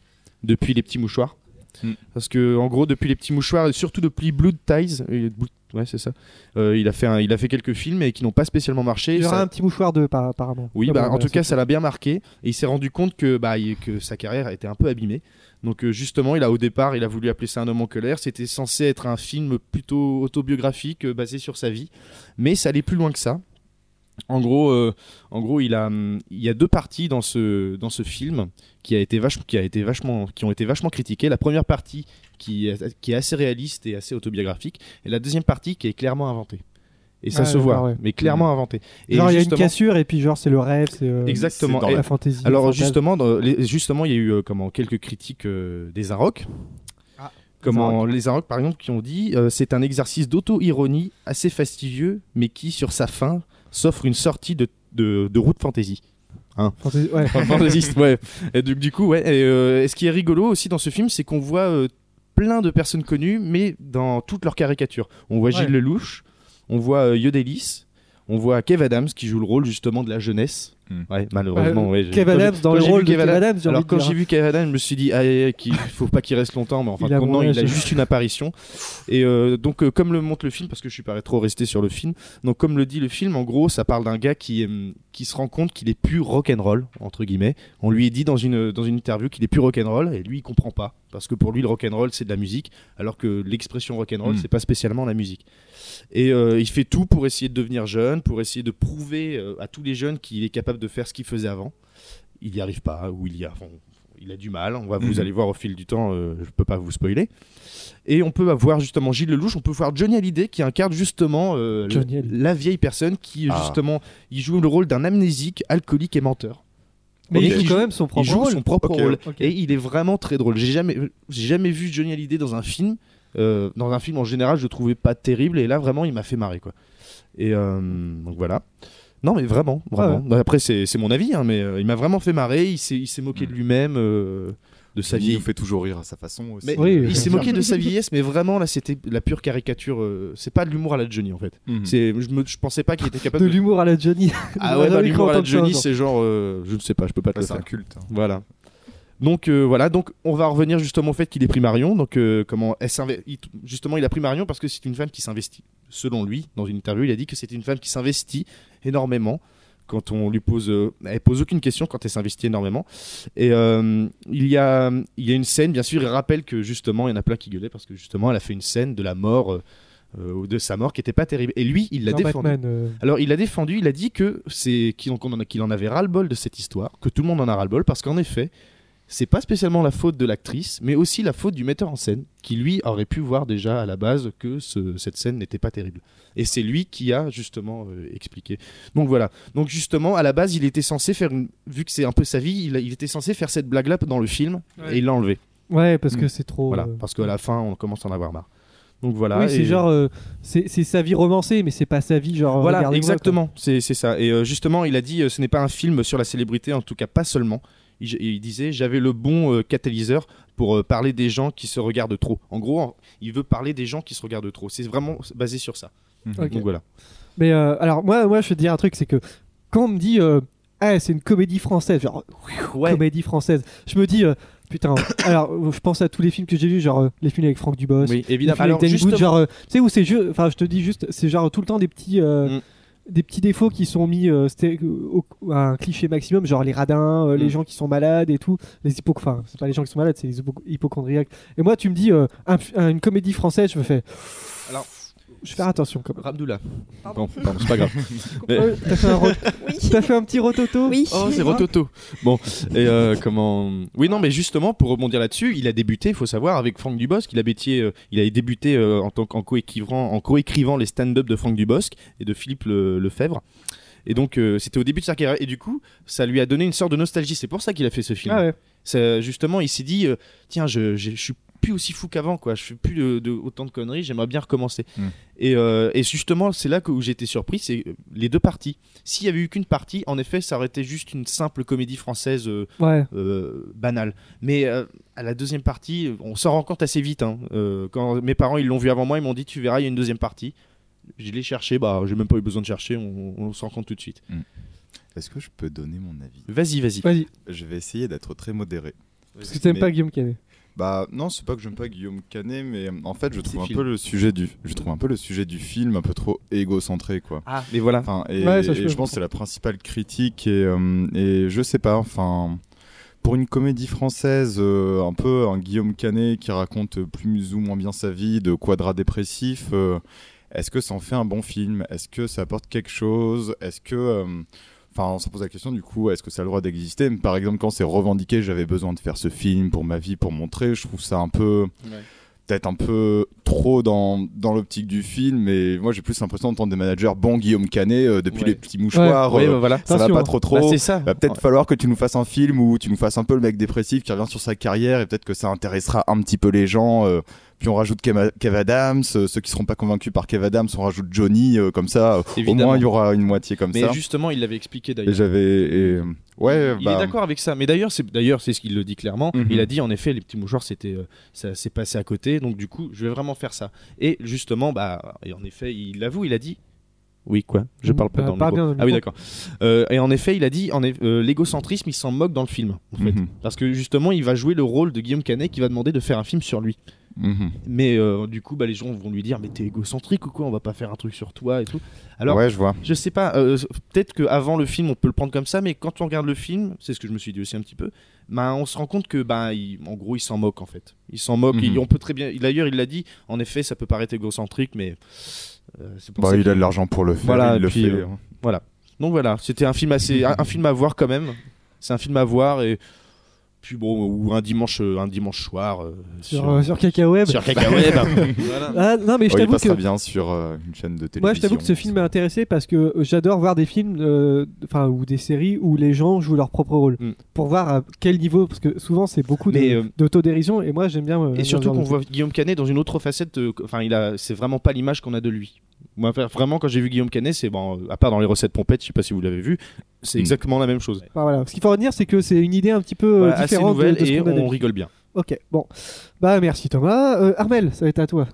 depuis les petits mouchoirs. Mm. Parce que, en gros, depuis les petits mouchoirs, et surtout depuis Blood Ties, euh, Blood- ouais, c'est ça, euh, il, a fait un- il a fait quelques films et qui n'ont pas spécialement marché. Il y Ça- aura un petit mouchoir d'eux, par- apparemment. Oui, Ah bah, bon, en tout c'est cas, ça l'a bien marqué. Et il s'est rendu compte que, bah, il- que sa carrière a été un peu abîmée. Donc, euh, justement, il a au départ, il a voulu appeler ça Un homme en colère. C'était censé être un film plutôt autobiographique, euh, basé sur sa vie. Mais ça allait plus loin que ça. En gros, euh, en gros, il a, hum, il y a deux parties dans ce dans ce film qui a été vachement, qui a été vachement, qui ont été vachement critiquées. La première partie qui est, qui est assez réaliste et assez autobiographique, et la deuxième partie qui est clairement inventée. Et ça Ah, se d'accord, voit, ouais. mais clairement inventée. Et genre, il y a une justement- cassure, et puis, genre, c'est le rêve, c'est euh, Exactement. C'est dans Et- la fantaisie. le alors fantasme. justement, dans les- justement, il y a eu euh, comment quelques critiques euh, des Arocs. Ah, Comment les Arocs, par exemple, qui ont dit euh, c'est un exercice d'auto-ironie assez fastidieux, mais qui, sur sa fin, s'offre une sortie de, de, de route fantasy. Fantaisie- ouais. Enfin, fantaisiste, ouais. Et du, du coup, ouais. Et, euh, et ce qui est rigolo aussi dans ce film, c'est qu'on voit euh, plein de personnes connues, mais dans toutes leurs caricatures. On voit Ouais. Gilles Lelouch, on voit euh, Yodelis, on voit Kev Adams qui joue le rôle justement de la jeunesse. Hmm. Ouais, malheureusement. Euh, ouais, j'ai- Kev quand j'ai- Adams, dans quand le j'ai vu rôle de Kev Kev Adams- Adams, j'ai alors envie de quand dire. j'ai vu Kevin, je me suis dit, aïe, aïe, aïe, *laughs* qu'il faut pas qu'il reste longtemps, mais enfin, Il a non, mon il a âge. juste une apparition. Et euh, donc, euh, comme le montre le film, parce que je suis pas trop resté sur le film, donc comme le dit le film, en gros, ça parle d'un gars qui, hum, qui se rend compte qu'il est plus rock'n'roll, entre guillemets. On lui dit dans une, dans une interview qu'il est plus rock'n'roll, et lui, il comprend pas, parce que pour lui, le rock'n'roll, c'est de la musique, alors que l'expression rock'n'roll, Mm. Hmm. c'est pas spécialement la musique. Et euh, il fait tout pour essayer de devenir jeune, pour essayer de prouver euh, à tous les jeunes qu'il est capable de faire ce qu'il faisait avant. Il n'y arrive pas, ou il y a, enfin, il a du mal. On va, Vous Mhm. allez voir au fil du temps, euh, je peux pas vous spoiler. Et on peut avoir justement Gilles Lelouch, on peut voir Johnny Hallyday qui incarne justement euh, Johnny la- Hallyday. la vieille personne qui, Ah. justement, il joue le rôle d'un amnésique, alcoolique et menteur. Mais Ok. il joue quand même son Il propre joue rôle. son propre Ok. rôle. Ok. Et il est vraiment très drôle. J'ai jamais, j'ai jamais vu Johnny Hallyday dans un film. Euh, dans un film en général, je le trouvais pas terrible. Et là, vraiment, il m'a fait marrer, quoi. Et euh, donc voilà. Non, mais vraiment, vraiment. Bah, après, c'est c'est mon avis, hein, mais euh, il m'a vraiment fait marrer. Il s'est il s'est moqué de Mm. lui-même, euh, de sa Il vie. nous fait toujours rire à sa façon aussi. Mais Oui, il s'est bien moqué de sa vieillesse, mais vraiment, là, c'était la pure caricature. euh, c'est pas de l'humour à la Johnny, en fait. Mhm. C'est, je, me, je pensais pas qu'il était capable De l'humour à la Johnny. Ah ouais, J'aurais dans cru l'humour à la entendre ça un Johnny, jour. c'est genre, euh, je ne sais pas, je peux pas te Ouais, le c'est faire. un culte. hein. Voilà. Donc euh, voilà, donc on va revenir justement au fait qu'il est pris Marion. Donc euh, comment elle s'inve- il- justement il a pris Marion parce que c'est une femme qui s'investit. Selon lui, dans une interview, il a dit que c'était une femme qui s'investit énormément. Quand on lui pose, euh, elle pose aucune question quand elle s'investit énormément. Et euh, il y a, il y a une scène, bien sûr, il rappelle que justement il y en a plein qui gueulaient parce que justement elle a fait une scène de la mort, euh, euh, de sa mort qui était pas terrible. Et lui, il l'a Dans défendu. Batman, euh, Alors il a défendu, il a dit que c'est qu'il en, qu'on en a- qu'il en avait ras-le-bol de cette histoire, que tout le monde en a ras-le-bol parce qu'en effet, c'est pas spécialement la faute de l'actrice, mais aussi la faute du metteur en scène qui lui aurait pu voir déjà à la base que ce- cette scène n'était pas terrible. Et c'est lui qui a justement euh, expliqué. Donc voilà. Donc justement à la base, il était censé faire une vu que c'est un peu sa vie, il, a- il était censé faire cette blague là dans le film Ouais. et il l'a enlevé. Ouais, parce que Mm. c'est trop. Hmm. Voilà, euh, parce qu'à la fin, on commence à en avoir marre. Donc voilà. Oui, c'est et- genre. euh, C'est c'est sa vie romancée, mais c'est pas sa vie, genre. Voilà, regardez-moi, exactement, c'est c'est ça. Et euh, justement, il a dit, euh, ce n'est pas un film sur la célébrité, en tout cas pas seulement. Il, il disait, j'avais le bon euh, catalyseur pour euh, parler des gens qui se regardent trop. En gros, en- il veut parler des gens qui se regardent trop. C'est vraiment basé sur ça. Mhm. quoi. Ok. Donc voilà. Mais euh, alors, moi, moi, je veux te dire un truc, c'est que quand on me dit. euh, ah, c'est une comédie française, genre comédie française. Je me dis, euh, putain, *coughs* alors euh, je pense à tous les films que j'ai vus, genre euh, les films avec Franck Dubos, Oui, les films évidemment. Alors, avec Dan Good, justement, genre, euh, tu sais où c'est juste, enfin je te dis juste, c'est genre tout le temps des petits, euh, Mm. des petits défauts qui sont mis euh, sté- au- à un cliché maximum, genre les radins, euh, les Mm. gens qui sont malades et tout, les hypo, enfin c'est pas les gens qui sont malades, c'est les hypo- hypochondriaques. Et moi tu me dis euh, un- un- une comédie française, je me fais, alors, je vais faire attention quand même. Ramdoula. Pardon. Bon, pardon, c'est pas grave. Mais- Oh, T'as fait, un ro- Oui. t'as fait un petit rototo Oui. Oh, c'est Rototo. Bon, et euh, comment Oui, non, mais justement pour rebondir là-dessus, il a débuté, il faut savoir, avec Franck Dubosc. Il a, bétié, euh, il a débuté euh, en tant qu'en coécrivant, en coécrivant les stand-up de Franck Dubosc et de Philippe Le- Lefebvre. Et donc euh, c'était au début de sa carrière et du coup ça lui a donné une sorte de nostalgie. C'est pour ça qu'il a fait ce film. Ah ouais. Ça, justement, il s'est dit euh, tiens, je, je, je suis plus aussi fou qu'avant, quoi. Je fais plus de, de- autant de conneries, j'aimerais bien recommencer. Mm. Et, euh, et justement, c'est là que, où j'étais surpris, c'est euh, les deux parties. S'il y avait eu qu'une partie, en effet, ça aurait été juste une simple comédie française euh, Ouais. euh, banal. Mais euh, à la deuxième partie, on s'en rend compte assez vite. hein. Euh, quand mes parents ils l'ont vu avant moi, ils m'ont dit tu verras, il y a une deuxième partie. Je l'ai cherché, bah j'ai même pas eu besoin de chercher, on, on s'en rend compte tout de suite. Est-ce que je peux donner mon avis Vas-y, vas-y. Vas-y. Je vais essayer d'être très modéré. Parce que t'aimes Mais- pas Guillaume Canet. Bah non, c'est pas que j'aime pas Guillaume Canet, mais euh, en fait, je trouve un films. peu le sujet du, je trouve un peu le sujet du film un peu trop égocentré, quoi. Ah, mais voilà. Enfin, et, Ouais, ça, je et peux je pense que c'est la principale critique et, euh, et je sais pas. Enfin, pour une comédie française, euh, un peu un Guillaume Canet qui raconte plus ou moins bien sa vie de quadra dépressif. euh, est-ce que ça en fait un bon film Est-ce que ça apporte quelque chose Est-ce que euh, Enfin, on se pose la question du coup, est-ce que ça a le droit d'exister Mais Par exemple, quand c'est revendiqué, j'avais besoin de faire ce film pour ma vie, pour montrer, je trouve ça un peu peut-être un peu trop dans, dans l'optique du film, mais moi j'ai plus l'impression d'entendre des managers bon Guillaume Canet euh, depuis Ouais. les petits mouchoirs, Ouais, euh, bah, voilà. ça va Attention, pas hein. trop Bah, trop. c'est ça. va peut-être falloir que tu nous fasses un film où tu nous fasses un peu le mec dépressif qui revient sur sa carrière et peut-être que ça intéressera un petit peu les gens. euh, puis on rajoute Kev Kev Adams, euh, ceux qui seront pas convaincus par Kev Adams, on rajoute Johnny, euh, comme ça, euh, Évidemment. au moins il y aura une moitié comme Mais ça. justement, il l'avait expliqué Et d'ailleurs. j'avais. et- Ouais, il bah, est d'accord avec ça. Mais d'ailleurs, c'est d'ailleurs c'est ce qu'il le dit clairement. Mhm. Il a dit en effet les petits mouchoirs c'était euh, ça s'est passé à côté. Donc du coup, je vais vraiment faire ça. Et justement, bah et en effet, il l'avoue, il a dit. Oui quoi Je parle pas Bah, dans le parle bien micro. dans le Ah oui micro. d'accord. Euh, et en effet, il a dit en eff- euh, l'égocentrisme, il s'en moque dans le film en fait. mhm, Parce que justement, il va jouer le rôle de Guillaume Canet qui va demander de faire un film sur lui. mhm. Mais euh, du coup, bah, les gens vont lui dire Mais t'es égocentrique ou quoi On va pas faire un truc sur toi et tout. Alors, ouais, je vois. je sais pas, euh, peut-être qu'avant le film on peut le prendre comme ça, mais quand on regarde le film, c'est ce que je me suis dit aussi un petit peu, bah, on se rend compte que bah, il- en gros il s'en moque en fait. Il s'en moque, Mhm. il- on peut très bien. D'ailleurs il l'a dit, en effet ça peut paraître égocentrique, mais euh, c'est pour Bah, ça il que- a de l'argent pour le faire, Voilà, il et le puis, fait. hein. euh, Donc voilà, c'était un film assez, un, un film à voir quand même. C'est un film à voir et puis bon ou un dimanche, euh, un dimanche soir euh, Sur, euh, sur Cacahuèbe. sur Cacahuète. *laughs* Voilà. Ah, non, mais je Oh, il t'avoue que. passera bien sur euh, une chaîne de télévision. Moi, je t'avoue que ce film m'a intéressé parce que euh, j'adore voir des films, euh, enfin, ou des séries où les gens jouent leur propre rôle. Mm. Pour voir à quel niveau, parce que souvent c'est beaucoup de- Mais, euh, d'autodérision et moi j'aime bien. euh, Et j'aime surtout bien qu'on le- voit Guillaume Canet dans une autre facette. euh, qu- Enfin, il a, c'est vraiment pas l'image qu'on a de lui. Moi, enfin, vraiment, quand j'ai vu Guillaume Canet, c'est bon, euh, à part dans les recettes pompettes, je sais pas si vous l'avez vu, c'est Mm. exactement la même chose. Enfin, voilà. Ce qu'il faut retenir, c'est que c'est une idée un petit peu euh, Voilà, assez différente de- nouvelle de, ce qu'on et a on d'habitude. rigole bien. Ok, bon. Bah, merci Thomas. Euh, Armel, ça va être à toi.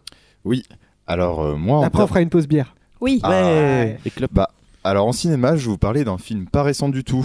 Alors, euh, moi, en La prof fera une pause bière. Oui. Ah. Ouais. Et Klopp. Bah, alors en cinéma, je vais vous parler d'un film pas récent du tout,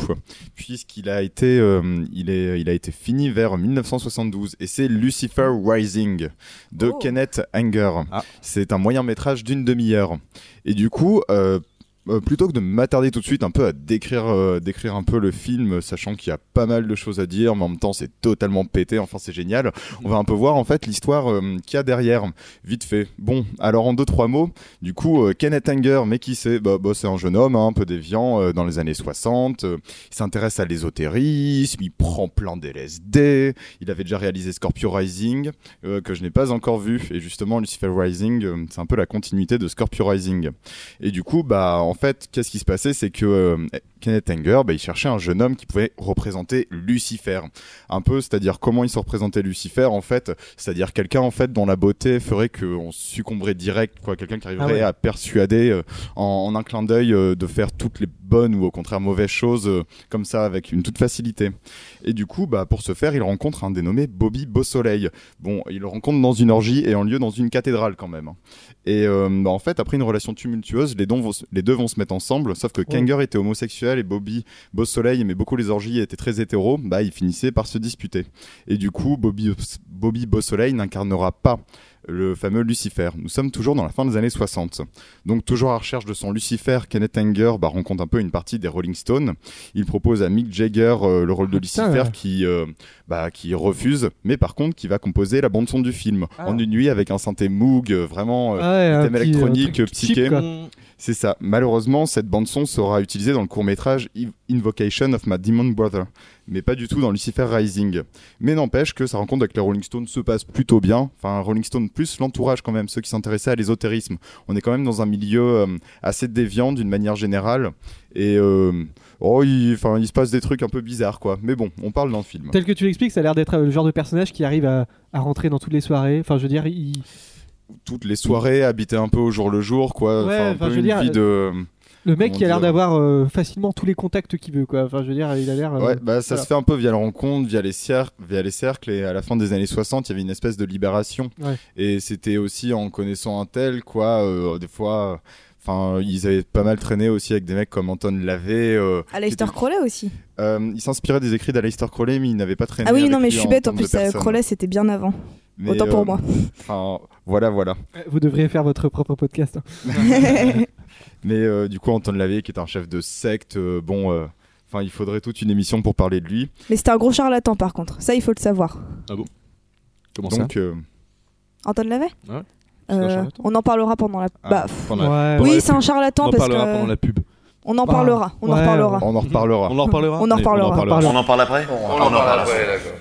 puisqu'il a été, euh, il est, il a été fini vers 1972, et c'est Lucifer Rising de Oh. Kenneth Anger. Ah. C'est un moyen métrage d'une demi-heure. Et du coup. euh, euh, plutôt que de m'attarder tout de suite un peu à décrire, euh, décrire un peu le film, sachant qu'il y a pas mal de choses à dire, mais en même temps c'est totalement pété, enfin c'est génial, on va un peu voir en fait l'histoire euh, qu'il y a derrière, vite fait. Bon, alors en deux, trois mots, du coup, euh, Kenneth Anger, mais qui c'est bah, bah, C'est un jeune homme, hein, un peu déviant, euh, dans les années 60. euh, il s'intéresse à l'ésotérisme, il prend plein d'LSD. Il avait déjà réalisé Scorpio Rising, euh, que je n'ai pas encore vu. Et justement, Lucifer Rising, euh, c'est un peu la continuité de Scorpio Rising. Et du coup, bah, en fait, qu'est-ce qui se passait C'est que euh, Kenneth Anger, bah, il cherchait un jeune homme qui pouvait représenter Lucifer. Un peu, c'est-à-dire comment il se représentait Lucifer, en fait, c'est-à-dire quelqu'un en fait dont la beauté ferait qu'on succomberait direct, quoi, quelqu'un qui arriverait Ah ouais. à persuader euh, en, en un clin d'œil euh, de faire toutes les bonnes ou au contraire mauvaises choses euh, comme ça avec une toute facilité. Et du coup, bah pour ce faire, il rencontre un dénommé Bobby Beausoleil. Bon, il le rencontre dans une orgie et en lieu dans une cathédrale quand même. hein. Et euh, bah, en fait, après une relation tumultueuse, les, dons vont se- les deux vont se mettre ensemble, sauf que Kanger était homosexuel et Bobby Beausoleil aimait beaucoup les orgies et était très hétéro, bah ils finissaient par se disputer. Et du coup, Bobby, Bobby Beausoleil n'incarnera pas le fameux Lucifer. Nous sommes toujours dans la fin des années 60. Donc toujours à la recherche de son Lucifer, Kenneth Anger bah, rencontre un peu une partie des Rolling Stones. Il propose à Mick Jagger euh, le rôle de Putain. Lucifer qui, euh, bah, qui refuse, mais par contre qui va composer la bande son du film Ah. en une nuit avec un synthé Moog euh, vraiment euh, ouais, un thème petit, euh, électronique, truc cheap, psyché. quoi. c'est ça. Malheureusement, cette bande-son sera utilisée dans le court-métrage Invocation of My Demon Brother. mais pas du tout dans Lucifer Rising. Mais n'empêche que sa rencontre avec les Rolling Stones se passe plutôt bien. Enfin, Rolling Stones plus l'entourage quand même, ceux qui s'intéressaient à l'ésotérisme. On est quand même dans un milieu euh, assez déviant d'une manière générale. Et euh, oh, il, enfin, il se passe des trucs un peu bizarres, quoi. Mais bon, on parle dans le film. Tel que tu l'expliques, ça a l'air d'être euh, le genre de personnage qui arrive à, à rentrer dans toutes les soirées. Enfin, je veux dire, il- Toutes les soirées, habiter un peu au jour le jour, quoi. Ouais, Enfin, un enfin, peu je veux une dire, euh, vie de... le mec Comment qui a l'air dire d'avoir euh, facilement tous les contacts qu'il veut, quoi. Enfin, je veux dire, il a l'air. euh, Ouais, bah, ça voilà. se fait un peu via la rencontre, via les, cercles, via les cercles, et à la fin des années 60, il y avait une espèce de libération. Ouais. Et c'était aussi en connaissant un tel, quoi, euh, des fois, enfin, ils avaient pas mal traîné aussi avec des mecs comme Anton Lavey. euh, Aleister qui était- Crowley aussi. euh, il s'inspirait des écrits d'Aleister Crowley, mais il n'avait pas traîné. Ah oui, avec non, mais lui je suis bête, en termes plus, de euh, personnes. Crowley c'était bien avant. Mais, Autant euh, pour moi. enfin, voilà, voilà. Vous devriez faire votre propre podcast. hein. Mais euh, du coup, Anton Lavey, qui est un chef de secte, euh, bon, euh, enfin, il faudrait toute une émission pour parler de lui. Mais c'était un gros charlatan par contre, ça il faut le savoir. Comment Donc, euh, Anton l'avait Ouais. C'est un charlatan. Euh, On en parlera pendant la. Ah, bah, pff. pendant la- Ouais. pendant oui, la c'est pub. un charlatan On en parce parlera que. pendant la pub. On en parlera, on en Ah. Ouais, reparlera. on en reparlera. On en reparlera On en Allez, reparlera. On en parlera. On en parle après On, en parle après.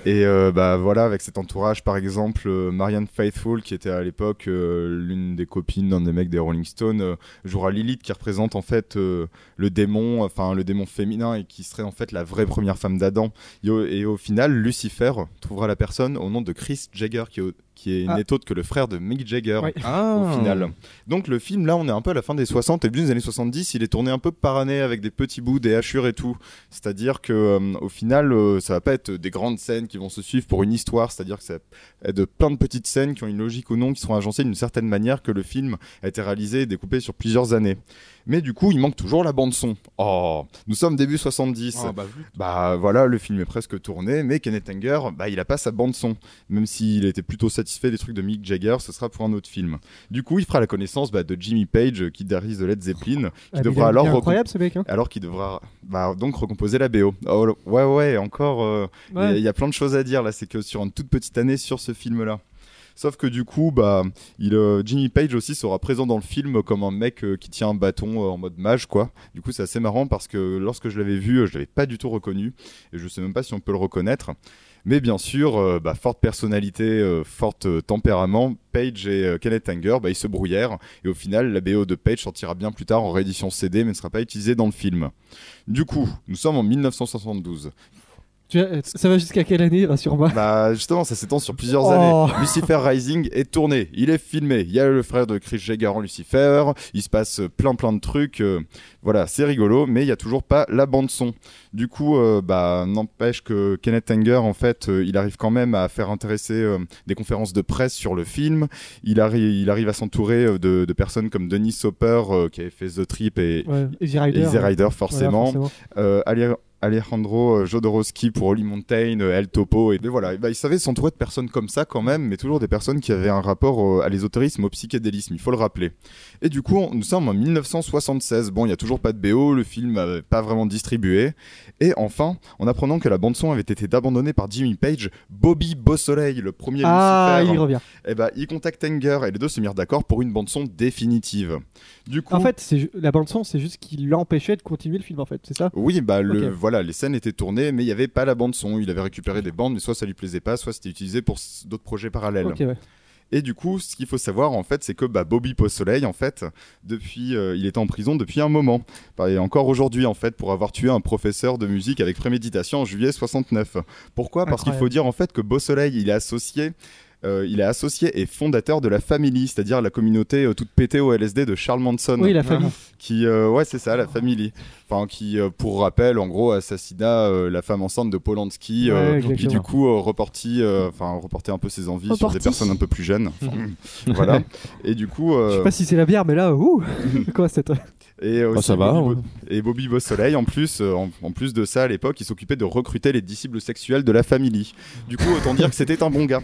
Et euh, bah voilà, avec cet entourage, par exemple, euh, Marianne Faithful, qui était à l'époque euh, l'une des copines d'un des mecs des Rolling Stones, euh, jouera Lilith, qui représente en fait euh, le démon, enfin le démon féminin, et qui serait en fait la vraie première femme d'Adam. Et, au- et au final, Lucifer trouvera la personne au nom de Chris Jagger, qui, est au- qui est Ah. n'est autre que le frère de Mick Jagger. Ouais. Ah. Au final. Donc le film, là, on est un peu à la fin des 60 et début des années 70. Il est tourné un peu par année avec des petits bouts, des hachures et tout. C'est-à-dire que euh, au final, euh, ça va pas être des grandes scènes qui vont se suivre pour une histoire. C'est-à-dire que ça va être de plein de petites scènes qui ont une logique ou non, qui seront agencées d'une certaine manière que le film a été réalisé et découpé sur plusieurs années. Mais du coup, il manque toujours la bande son. Oh, nous sommes début 70. Ah, bah, vu. Bah voilà, le film est presque tourné, mais Kenneth Anger, bah il a pas sa bande son. Même s'il était plutôt satisfait des trucs de Mick Jagger, ce sera pour un autre film. Du coup, il fera la connaissance bah, de Jimmy Page, euh, guitariste de Led Zeppelin, Ah, qui mais il devra a- alors il est recom- incroyable ce mec. hein. alors qu'il devra bah, donc recomposer la BO. Oh, là- ouais ouais, encore. euh, il y a- Ouais. Il y, a plein de choses à dire là, c'est que sur une toute petite année sur ce film-là. Sauf que du coup, bah, il, euh, Jimmy Page aussi sera présent dans le film comme un mec euh, qui tient un bâton euh, en mode mage, quoi. Du coup, c'est assez marrant parce que lorsque je l'avais vu, euh, je l'avais pas du tout reconnu et je sais même pas si on peut le reconnaître. Mais bien sûr, euh, bah, forte personnalité, euh, forte euh, tempérament, Page et euh, Kenneth Anger, bah, ils se brouillèrent et au final, la BO de Page sortira bien plus tard en réédition CD mais ne sera pas utilisée dans le film. Du coup, nous sommes en 1972. Tu vois, euh, ça va jusqu'à quelle *laughs* année Rassure-moi. Bah justement, ça s'étend sur plusieurs Oh. années. Lucifer Rising est tourné, il est filmé. Il y a le frère de Chris Jagger en Lucifer. Il se passe euh, plein plein de trucs. euh, voilà, c'est rigolo, mais il y a toujours pas la bande son. Du coup, euh, bah n'empêche que Kenneth Anger, en fait, euh, il arrive quand même à faire intéresser euh, des conférences de presse sur le film. Il, arri- il arrive à s'entourer euh, de, de personnes comme Denis Hopper euh, qui avait fait The Trip et, Ouais, Easy et Rider. Easy hein. Rider Voilà, forcément euh, Ale- Alejandro euh, Jodorowsky pour Holy Mountain, euh, El Topo, et, et voilà, et bah, il savait s'entourer de personnes comme ça quand même, mais toujours des personnes qui avaient un rapport euh, à l'ésotérisme, au psychédélisme, il faut le rappeler. Et du coup, on- nous sommes en 1976, bon, il n'y a toujours pas de BO, le film n'avait pas vraiment distribué, et enfin, en apprenant que la bande-son avait été abandonnée par Jimmy Page, Bobby Beausoleil, le premier Ah, il Lucifer, y revient. et bah, il contacte Anger, et les deux se mirent d'accord pour une bande-son définitive. Du coup, En fait, c'est ju- la bande son, c'est juste qui l'empêchait de continuer le film en fait, c'est ça Oui, bah le, Ok. voilà, les scènes étaient tournées, mais il n'y avait pas la bande son. Il avait récupéré des bandes, mais soit ça lui plaisait pas, soit c'était utilisé pour s- d'autres projets parallèles. Ok, ouais. Et du coup, ce qu'il faut savoir en fait, c'est que bah, Bobby Soleil, en fait, depuis, euh, il était en prison depuis un moment, Bah, et encore aujourd'hui en fait, pour avoir tué un professeur de musique avec préméditation en juillet 69. Pourquoi Parce qu'il Incroyable. faut dire en fait que Beausoleil, il est associé. euh, il est associé et fondateur de la Family, c'est-à-dire la communauté euh, toute pétée au LSD de Charles Manson Oui, la famille. qui euh, ouais c'est ça la famille enfin qui euh, pour rappel en gros assassina euh, la femme enceinte de Polanski euh, Ouais, qui exactement. du coup euh, reportit, euh, enfin reportait un peu ses envies sur Reportit. des personnes un peu plus jeunes Enfin, Ah, *laughs* voilà et du coup euh, Mhm. Je sais pas si c'est la bière, mais *laughs* là, ouh Quoi cette. et aussi Ah, ça va, hein. Bobby Bo- et Bobby Beausoleil en plus euh, en, en plus de ça à *laughs* l'époque il s'occupait de recruter les disciples sexuels de la famille du coup autant dire que c'était un bon gars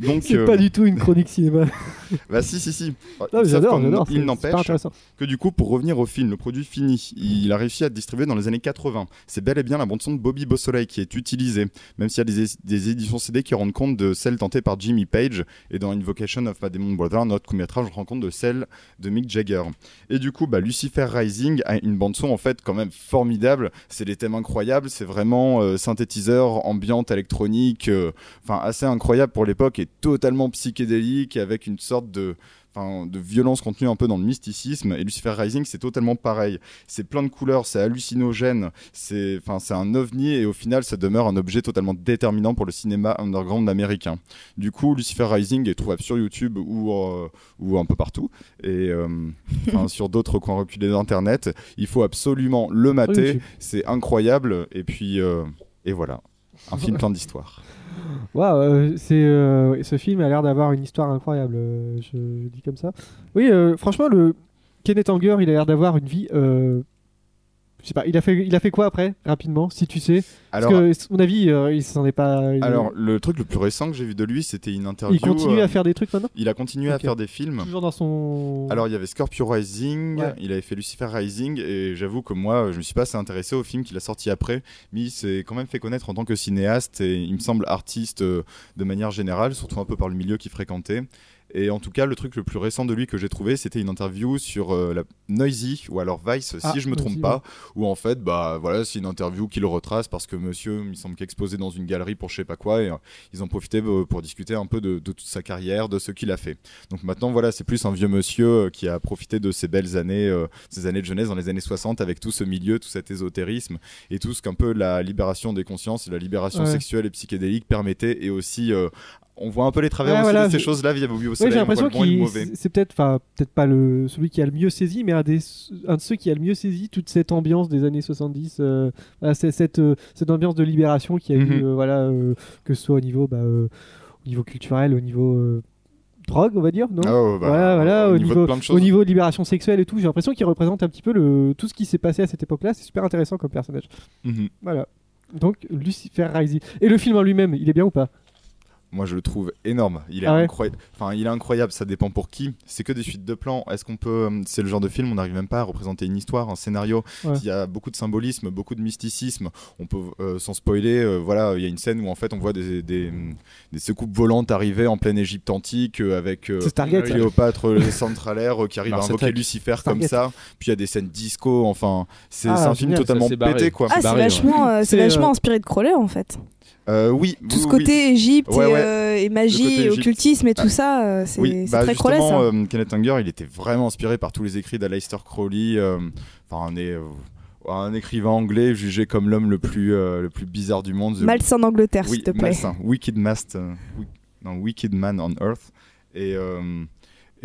Donc, C'est euh, pas du tout une chronique cinéma. bah si, si, si. Non, mais Sauf j'adore, qu'en- j'adore. c'est- Il c'est pas n'empêche intéressant. que du coup, pour revenir au film, le produit fini, il a réussi à le distribuer dans les années 80. C'est bel et bien la bande-son de Bobby Beausoleil qui est utilisée, même s'il y a des, des éditions CD qui rendent compte de celle tentée par Jimmy Page, et dans Invocation of Demon Brother, notre court-métrage rend compte de celle de Mick Jagger. Et du coup, bah, Lucifer Rising a une bande-son en fait quand même formidable, c'est des thèmes incroyables, c'est vraiment euh, synthétiseur, ambiante, électronique, euh, enfin assez incroyable pour l'époque et totalement psychédélique, et avec une sorte de enfin, de violence contenue un peu dans le mysticisme. Et Lucifer Rising, c'est totalement pareil. C'est plein de couleurs, c'est hallucinogène, c'est enfin, c'est un ovni et au final, ça demeure un objet totalement déterminant pour le cinéma underground américain. Du coup, Lucifer Rising est trouvable sur YouTube ou, euh, ou un peu partout et *laughs* euh, enfin, sur d'autres coins reculés d'Internet. Il faut absolument le mater, YouTube. c'est incroyable et puis euh, et voilà. Un film plein d'histoire. Waouh, euh, c'est euh, ouais, ce film a l'air d'avoir une histoire incroyable. euh, je, je dis comme ça. Oui, euh, franchement, le Kenneth Anger, il a l'air d'avoir une vie. euh, je sais pas. Il a fait, il a fait quoi après, rapidement, si tu sais. Parce Alors, que, à mon avis, euh, il s'en est pas. il- alors, le truc le plus récent que j'ai vu de lui, c'était une interview. il continue euh, à faire des trucs maintenant. Il a continué à Ok. faire des films. Toujours dans son. Alors il y avait Scorpio Rising, Ouais. il avait fait Lucifer Rising et j'avoue que moi je me suis pas assez intéressé au film qu'il a sorti après, mais il s'est quand même fait connaître en tant que cinéaste et il me semble artiste euh, de manière générale, surtout un peu par le milieu qu'il fréquentait. Et en tout cas, le truc le plus récent de lui que j'ai trouvé, c'était une interview sur euh, la Noisy ou alors Vice, Ah, si je me trompe Noisy, pas, où en fait, bah voilà, c'est une interview qu'il retrace parce que monsieur, il me semble qu'exposé dans une galerie pour je sais pas quoi, et euh, ils ont profité euh, pour discuter un peu de, de toute sa carrière, de ce qu'il a fait. Donc maintenant, voilà, c'est plus un vieux monsieur euh, qui a profité de ses belles années, euh, ses années de jeunesse dans les années 60 avec tout ce milieu, tout cet ésotérisme et tout ce qu'un peu la libération des consciences, la libération Ouais. sexuelle et psychédélique permettait et aussi. euh, on voit un peu les travers Ouais, aussi voilà, de ces je- choses-là via Bobby Ouais, Soleil, j'ai on voit l'impression le bon et le qu'il mauvais. c'est c'est peut-être, enfin, peut-être pas le celui qui a le mieux saisi, mais un des un de ceux qui a le mieux saisi toute cette ambiance des années 70, euh, voilà, c'est cette euh, cette ambiance de libération qui a eu, Mhm. euh, voilà, euh, que ce soit au niveau bah, euh, au niveau culturel, au niveau euh, drogue, on va dire, non Oh, bah, Voilà, voilà, au niveau- de plein de choses. Au niveau de libération sexuelle et tout, j'ai l'impression qu'il représente un petit peu le tout ce qui s'est passé à cette époque-là. C'est super intéressant comme personnage. Mhm. Voilà. Donc Lucifer Rising et le film en lui-même, il est bien ou pas Moi, je le trouve énorme. Il est Ah ouais incroyable. Enfin, il est incroyable. Ça dépend pour qui. C'est que des suites de plans. Est-ce qu'on peut hum, C'est le genre de film. On n'arrive même pas à représenter une histoire, un scénario. Ouais. Il y a beaucoup de symbolisme, beaucoup de mysticisme. On peut, euh, sans spoiler, euh, voilà, il y a une scène où en fait on voit des des, hum, des secoupes volantes arriver en pleine Égypte antique euh, avec euh, C'est Stargate. ça. Cléopâtre le centralaire euh, qui arrive Mars à invoquer Attack. Lucifer comme Stargate. ça. Puis il y a des scènes disco. Enfin, c'est Ah, c'est un film génial. totalement Ça, c'est barré. pété, quoi. Ah, c'est barré, ouais. vachement, euh, C'est, c'est vachement euh, inspiré de Crawler en fait. Euh, oui. Tout ce oui, oui. côté Égypte Ouais, et, ouais. euh, Le et côté magie et Égypte. occultisme et tout ça, euh, c'est Oui, c'est bah, très hein. Crawler justement, ça. euh, Kenneth Anger, il était vraiment inspiré par tous les écrits d'Aleister Crowley, euh, enfin un, é- euh, un écrivain anglais jugé comme l'homme le plus euh, le plus bizarre du monde. The- Malsain d'Angleterre, oui, s'il te plaît. malsain. Wicked Mast, euh, wi- non, Wicked Man on Earth, et euh,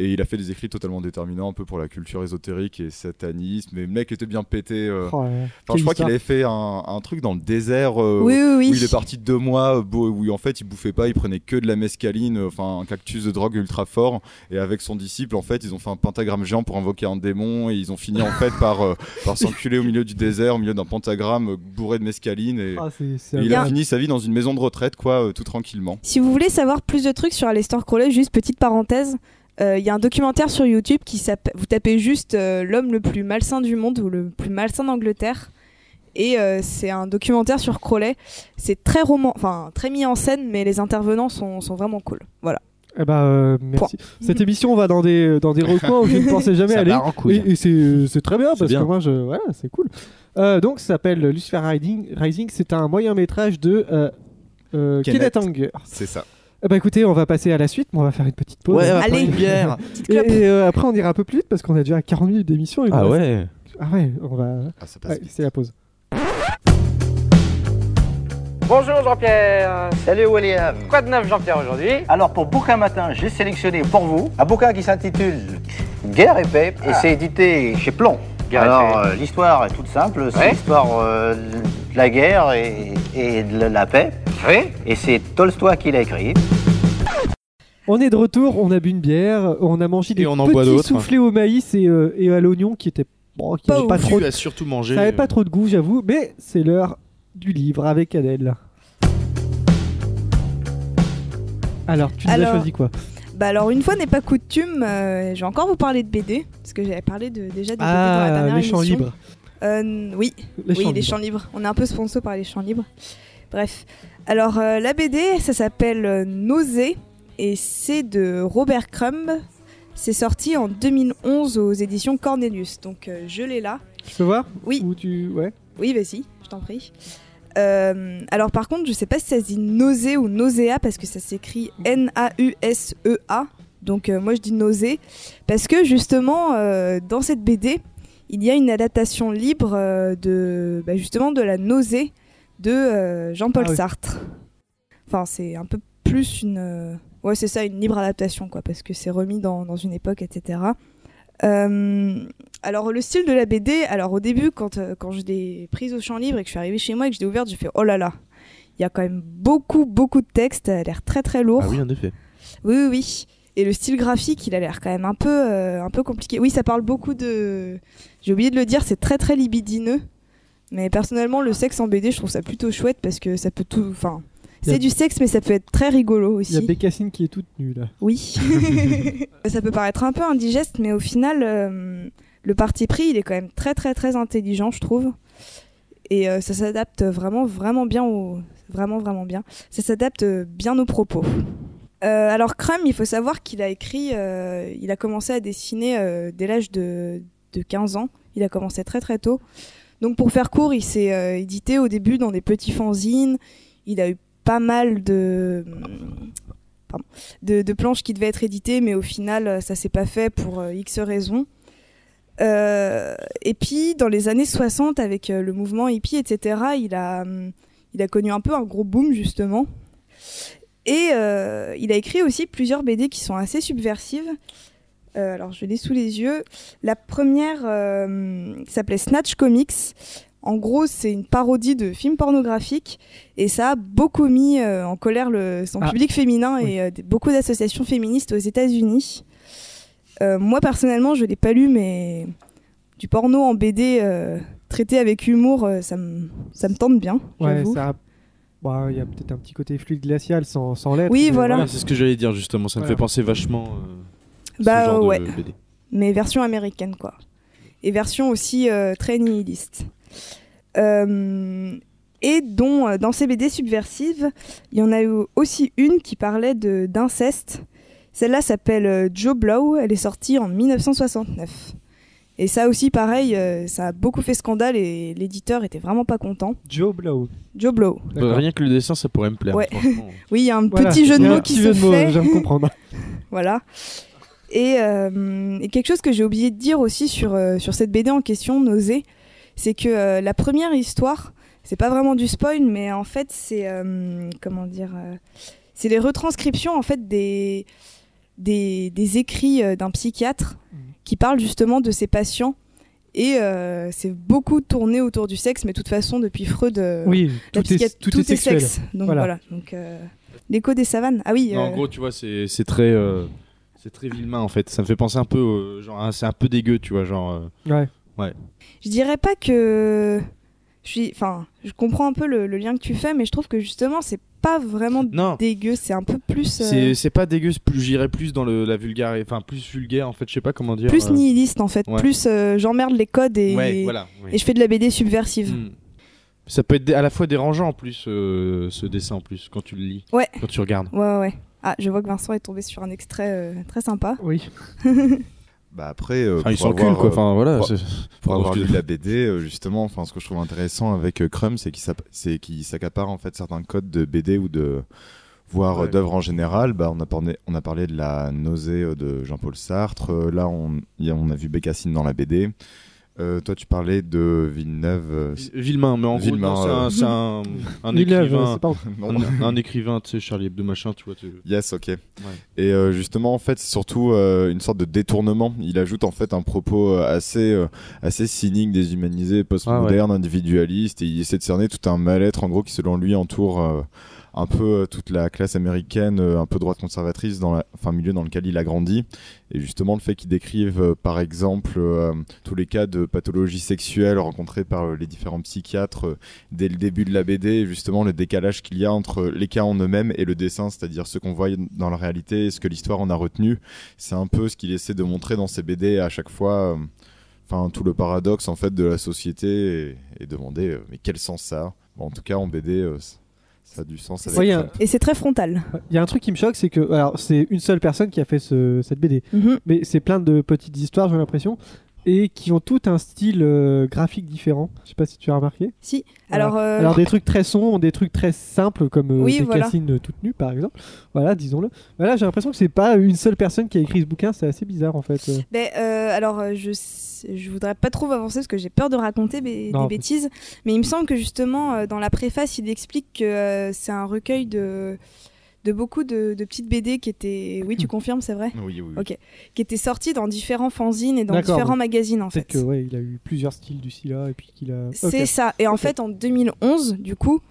et il a fait des écrits totalement déterminants un peu pour la culture ésotérique et satanisme. Et le mec était bien pété. euh. Oh là là. Enfin, je crois qu'il Quelle histoire. avait fait un, un truc dans le désert. euh, oui, oui, oui. où il est parti deux mois, euh, beau- où en fait il bouffait pas, il prenait que de la mescaline, euh, enfin un cactus de drogue ultra fort. Et avec son disciple, en fait, ils ont fait un pentagramme géant pour invoquer un démon. Et ils ont fini en fait par, euh, par s'enculer au milieu du désert, au milieu d'un pentagramme euh, bourré de mescaline. Et, Ah, c'est- c'est et il y a a- fini sa vie dans une maison de retraite, quoi, euh, tout tranquillement. Si vous voulez savoir plus de trucs sur Aleister Crowley, juste petite parenthèse, euh, il y a un documentaire sur YouTube qui s'appelle. Vous tapez juste euh, l'homme le plus malsain du monde ou le plus malsain d'Angleterre. Et euh, c'est un documentaire sur Crowley. C'est très roman, enfin très mis en scène, mais les intervenants sont, sont vraiment cool. Voilà. Eh ben, euh, merci. Cette émission va dans des, dans des recoins où je ne pensais jamais *laughs* Ça aller. part en couille. Et, et c'est c'est très bien C'est parce bien. que moi, je, voilà, c'est cool. Euh, donc, ça s'appelle Lucifer Rising. Rising c'est un moyen métrage de euh, euh, Kenneth Kenneth. Anger. C'est ça. Eh ben, écoutez, on va passer à la suite, mais on va faire une petite pause. va Allez. prendre une bière. *laughs* Petite et clope. et, euh, après, on ira un peu plus vite parce qu'on a déjà 40 minutes d'émission. et Ah on va- ouais. Ah ouais, on va. Ah, ça passe Ouais, vite. c'est la pause. Bonjour Jean-Pierre. Salut William. Quoi de neuf Jean-Pierre aujourd'hui Alors pour Bouquin Matin, j'ai sélectionné pour vous un bouquin qui s'intitule Guerre et paix et c'est édité chez Plomb. Ah. Guerre et Alors euh, l'histoire est toute simple, c'est Ouais. l'histoire euh, de la guerre et, et de la paix Oui. et c'est Tolstoy qui l'a écrit. On est de retour, on a bu une bière, on a mangé des on en petits boit d'autres. soufflés au maïs et, euh, et à l'oignon qui étaient bon, qui Pas avaient ouf. pas trop Tu as surtout mangé. euh, Ça avait pas trop de goût, j'avoue, mais c'est l'heure du livre avec Adèle. Alors, tu nous as Alors- choisi quoi Bah alors une fois n'est pas coutume, euh, je vais encore vous parler de BD parce que j'avais parlé de, déjà de BD dans la Ah, dernière les champs émission. libres. Euh, oui, Les oui, champs les libres. champs libres. On est un peu sponsor par les champs libres. Bref. Alors, euh, la BD, ça s'appelle euh, Nausée et c'est de Robert Crumb. C'est sorti en 2011 aux éditions Cornelius. Donc, euh, je l'ai là. Tu peux voir Oui. Ou tu... Ouais. Oui, bah si, je t'en prie. Euh, alors, par contre, je sais pas si ça se dit Nausée ou Nauséa parce que ça s'écrit N-A-U-S-E-A. E Donc, euh, moi, je dis Nausée parce que justement, euh, dans cette BD, il y a une adaptation libre euh, de bah, justement de la nausée de euh, Jean-Paul Ah oui. Sartre. Enfin, c'est un peu plus une. euh, Ouais, c'est ça, une libre adaptation, quoi, parce que c'est remis dans, dans une époque, etc. Euh, alors, le style de la BD, alors au début, quand, euh, quand je l'ai prise au champ libre et que je suis arrivée chez moi et que je l'ai ouverte, j'ai fait oh là là, il y a quand même beaucoup, beaucoup de textes, elle a l'air très très lourd. Ah oui, en effet. Oui, oui, oui. Et le style graphique, il a l'air quand même un peu, euh, un peu compliqué. Oui, ça parle beaucoup de. J'ai oublié de le dire, c'est très très libidineux. Mais personnellement, le sexe en BD, je trouve ça plutôt chouette parce que ça peut tout. Enfin, Il y a- c'est du sexe, mais ça peut être très rigolo Il y a aussi. Bécassine qui est toute nue là. Oui. ça peut paraître un peu indigeste, mais au final, euh, le parti pris, il est quand même très très très intelligent, je trouve. Et euh, ça s'adapte vraiment vraiment bien au vraiment vraiment bien. Ça s'adapte euh, bien aux propos. Euh, alors Crum, il faut savoir qu'il a écrit, euh, il a commencé à dessiner euh, dès l'âge de, de 15 ans. Il a commencé très très tôt. Donc pour faire court, il s'est euh, édité au début dans des petits fanzines. Il a eu pas mal de de, de planches qui devaient être éditées, mais au final, euh, ça s'est pas fait pour euh, X raisons. Euh, et puis, dans les années 60, avec euh, le mouvement hippie, etc., il a, hum, il a connu un peu un gros boom, justement. Et euh, il a écrit aussi plusieurs BD qui sont assez subversives. Euh, alors, je l'ai sous les yeux. La première euh, qui s'appelait Snatch Comics. En gros, c'est une parodie de films pornographiques et ça a beaucoup mis euh, en colère le, son Ah. public féminin Oui. et euh, des- beaucoup d'associations féministes aux États-Unis. Euh, moi, personnellement, je l'ai pas lu, mais du porno en BD euh, traité avec humour, euh, ça me ça me tente bien. Ouais, j'avoue. ça. a- Bon, il y a peut-être un petit côté fluide glacial sans, sans l'être. Oui, mais voilà. Ouais, c'est ce que j'allais dire justement. Ça me Voilà. fait penser vachement. euh, à Bah, ce genre ouais. de BD. mais version américaine quoi. Et version aussi euh, très nihiliste. Euh, et dont euh, dans ces BD subversives, il y en a eu aussi une qui parlait de- d'inceste. Celle-là s'appelle euh, Joe Blow, elle est sortie en 1969. Et ça aussi pareil, euh, ça a beaucoup fait scandale et l'éditeur était vraiment pas content. Joe Blow. Joe Blow. D'accord. Bah, Rien que le dessin, ça pourrait me plaire. Ouais. franchement. Oui, il y a un Voilà. petit jeu Il de y a un mots qui petit se jeu de mots, fait. J'aime *laughs* comprendre. Voilà. Et, euh, et quelque chose que j'ai oublié de dire aussi sur, euh, sur cette BD en question, Nausée, c'est que euh, la première histoire, c'est pas vraiment du spoil, mais en fait, c'est. euh, comment dire euh, C'est les retranscriptions, en fait, des, des, des écrits euh, d'un psychiatre Mmh. qui parle justement de ses patients. Et euh, c'est beaucoup tourné autour du sexe, mais de toute façon, depuis Freud, euh, Oui, la tout est, psychiatrie- tout est sexuel. sexe. Donc Voilà. voilà. Donc, euh, L'écho des savanes. Ah oui. Non, en euh, gros, tu vois, c'est c'est très. euh, C'est très vilain en fait. Ça me fait penser un peu, euh, genre, hein, c'est un peu dégueu, tu vois, genre. euh, Ouais. Je dirais pas que je suis, enfin, je comprends un peu le, le lien que tu fais, mais je trouve que justement c'est pas vraiment Non, dégueu, c'est un peu plus euh, c'est c'est pas dégueu. c'est Plus j'irais plus dans le, la vulgaire, enfin plus vulgaire en fait. Je sais pas comment dire. plus euh, nihiliste en fait, ouais. plus euh, j'emmerde les codes et, Ouais, voilà. ouais. et je fais de la BD subversive. Mm. Ça peut être dé- à la fois dérangeant en plus euh, ce dessin en plus quand tu le lis, Ouais. quand tu regardes. Ouais ouais. Ah, je vois que Vincent est tombé sur un extrait euh, très sympa. Oui. Bah après, euh, Enfin, Ah, ils pour sont avoir, cul quoi. euh, Enfin voilà. pour- c'est- pour Pardon, avoir lu excuse. la BD, euh, justement, enfin, ce que je trouve intéressant avec euh, Crumb, c'est qu'il s'app- c'est qu'il s'accapare en fait certains codes de BD ou de voire euh, Ouais. d'œuvres en général. Bah, on a parlé, on a parlé de la nausée euh, de Jean-Paul Sartre. Euh, Là, on, y a- on a vu Bécassine dans la BD. Euh, toi, tu parlais de Villeneuve. euh, Vi- Villemain, mais en gros, Villemain, non, c'est euh, un- c'est *laughs* un, un Villeneuve, écrivain, c'est pas- *laughs* non. un, un écrivain, tu sais, Charlie Hebdo machin, tu vois. tu- Yes, ok. Et euh, justement, en fait, c'est surtout euh, une sorte de détournement. Il ajoute en fait un propos euh, assez, euh, assez cynique, déshumanisé, postmoderne, individualiste, et il essaie de cerner tout un mal-être, en gros, qui selon lui entoure euh, un peu euh, toute la classe américaine, euh, un peu droite conservatrice, dans la, enfin milieu dans lequel il a grandi. Et justement, le fait qu'ils décrivent, euh, par exemple, euh, tous les cas de pathologie sexuelle rencontrés par euh, les différents psychiatres euh, dès le début de la BD, et justement le décalage qu'il y a entre les cas en eux-mêmes et le dessin, c'est-à-dire ce qu'on voit dans la réalité et ce que l'histoire en a retenu, c'est un peu ce qu'il essaie de montrer dans ses BD à chaque fois. euh, Enfin, tout le paradoxe en fait de la société et, et demander euh, mais quel sens ça a Bon, En tout cas, en BD, euh, c- ça a du sens. avec Ouais, il y a- Trump. Et c'est très frontal. Il y a un truc qui me choque, c'est que alors c'est une seule personne qui a fait ce- cette BD, Mhm. mais c'est plein de petites histoires, j'ai l'impression, et qui ont tout un style euh, graphique différent. Je sais pas si tu as remarqué. Si. Voilà. Alors, euh, Alors des trucs très sombres, des trucs très simples comme euh, Oui, des voilà. cassines euh, toutes nues par exemple. Voilà, disons-le. Voilà, j'ai l'impression que c'est pas une seule personne qui a écrit ce bouquin, c'est assez bizarre en fait. euh. ben, euh, alors euh, je sais- je voudrais pas trop avancer parce que j'ai peur de raconter bé- Non, des bêtises, mais il me semble que justement euh, dans la préface il explique que euh, c'est un recueil de de beaucoup de, de petites BD qui étaient, *clears throat* oui tu confirmes c'est vrai, Oui, oui, oui. Ok. qui étaient sorties dans différents fanzines et dans D'accord, différents donc magazines en C'est fait. que ouais, il a eu plusieurs styles du là et puis qu'il a. C'est Ok. ça. Et en Ok. fait, en 2011, du coup,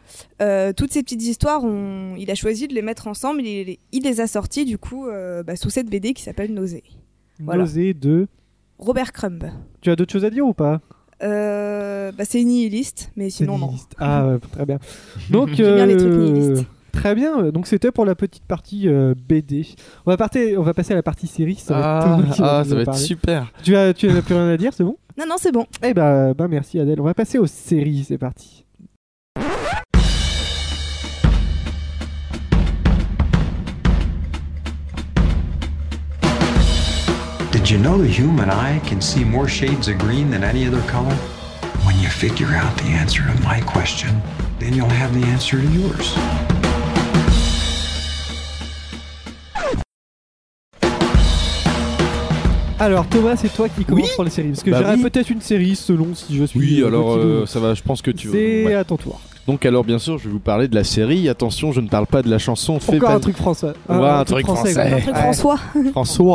euh, toutes ces petites histoires, on- il a choisi de les mettre ensemble. Il, il les a sorties, du coup, euh, bah, sous cette BD qui s'appelle Nausée. voilà. Nausée de. Robert Crumb. Tu as d'autres choses à dire ou pas Euh, bah, c'est nihiliste, mais C'est sinon, non. nihiliste. Ah, ouais, très *laughs* bien. Donc, J'aime bien les trucs euh, nihilistes. Très bien. Donc, c'était pour la petite partie euh, BD. On va, partir, on va passer à la partie série. Ça va être Ah, Thomas qui va ah, nous ça en va être parler. super. Tu as, tu n'as plus rien à dire, c'est bon Non, non, c'est bon. Eh ben, ben, merci Adèle. On va passer aux séries. C'est parti. Did you know the human eye can see more shades of green than any other color? When you figure out the answer to my question, then you'll have the answer to yours. Alors, Thomas, c'est toi qui commence pour les séries. Parce que Bah j'aurais oui. peut-être une série selon si je suis. Oui, euh, alors petit euh, nouveau. ça va, je pense que tu c'est euh, ouais. à ton tour. Donc alors bien sûr, je vais vous parler de la série. Attention, je ne parle pas de la chanson. Fais Encore pas- un truc français. Ouais, un truc français. Un quoi. truc Ouais. François. François,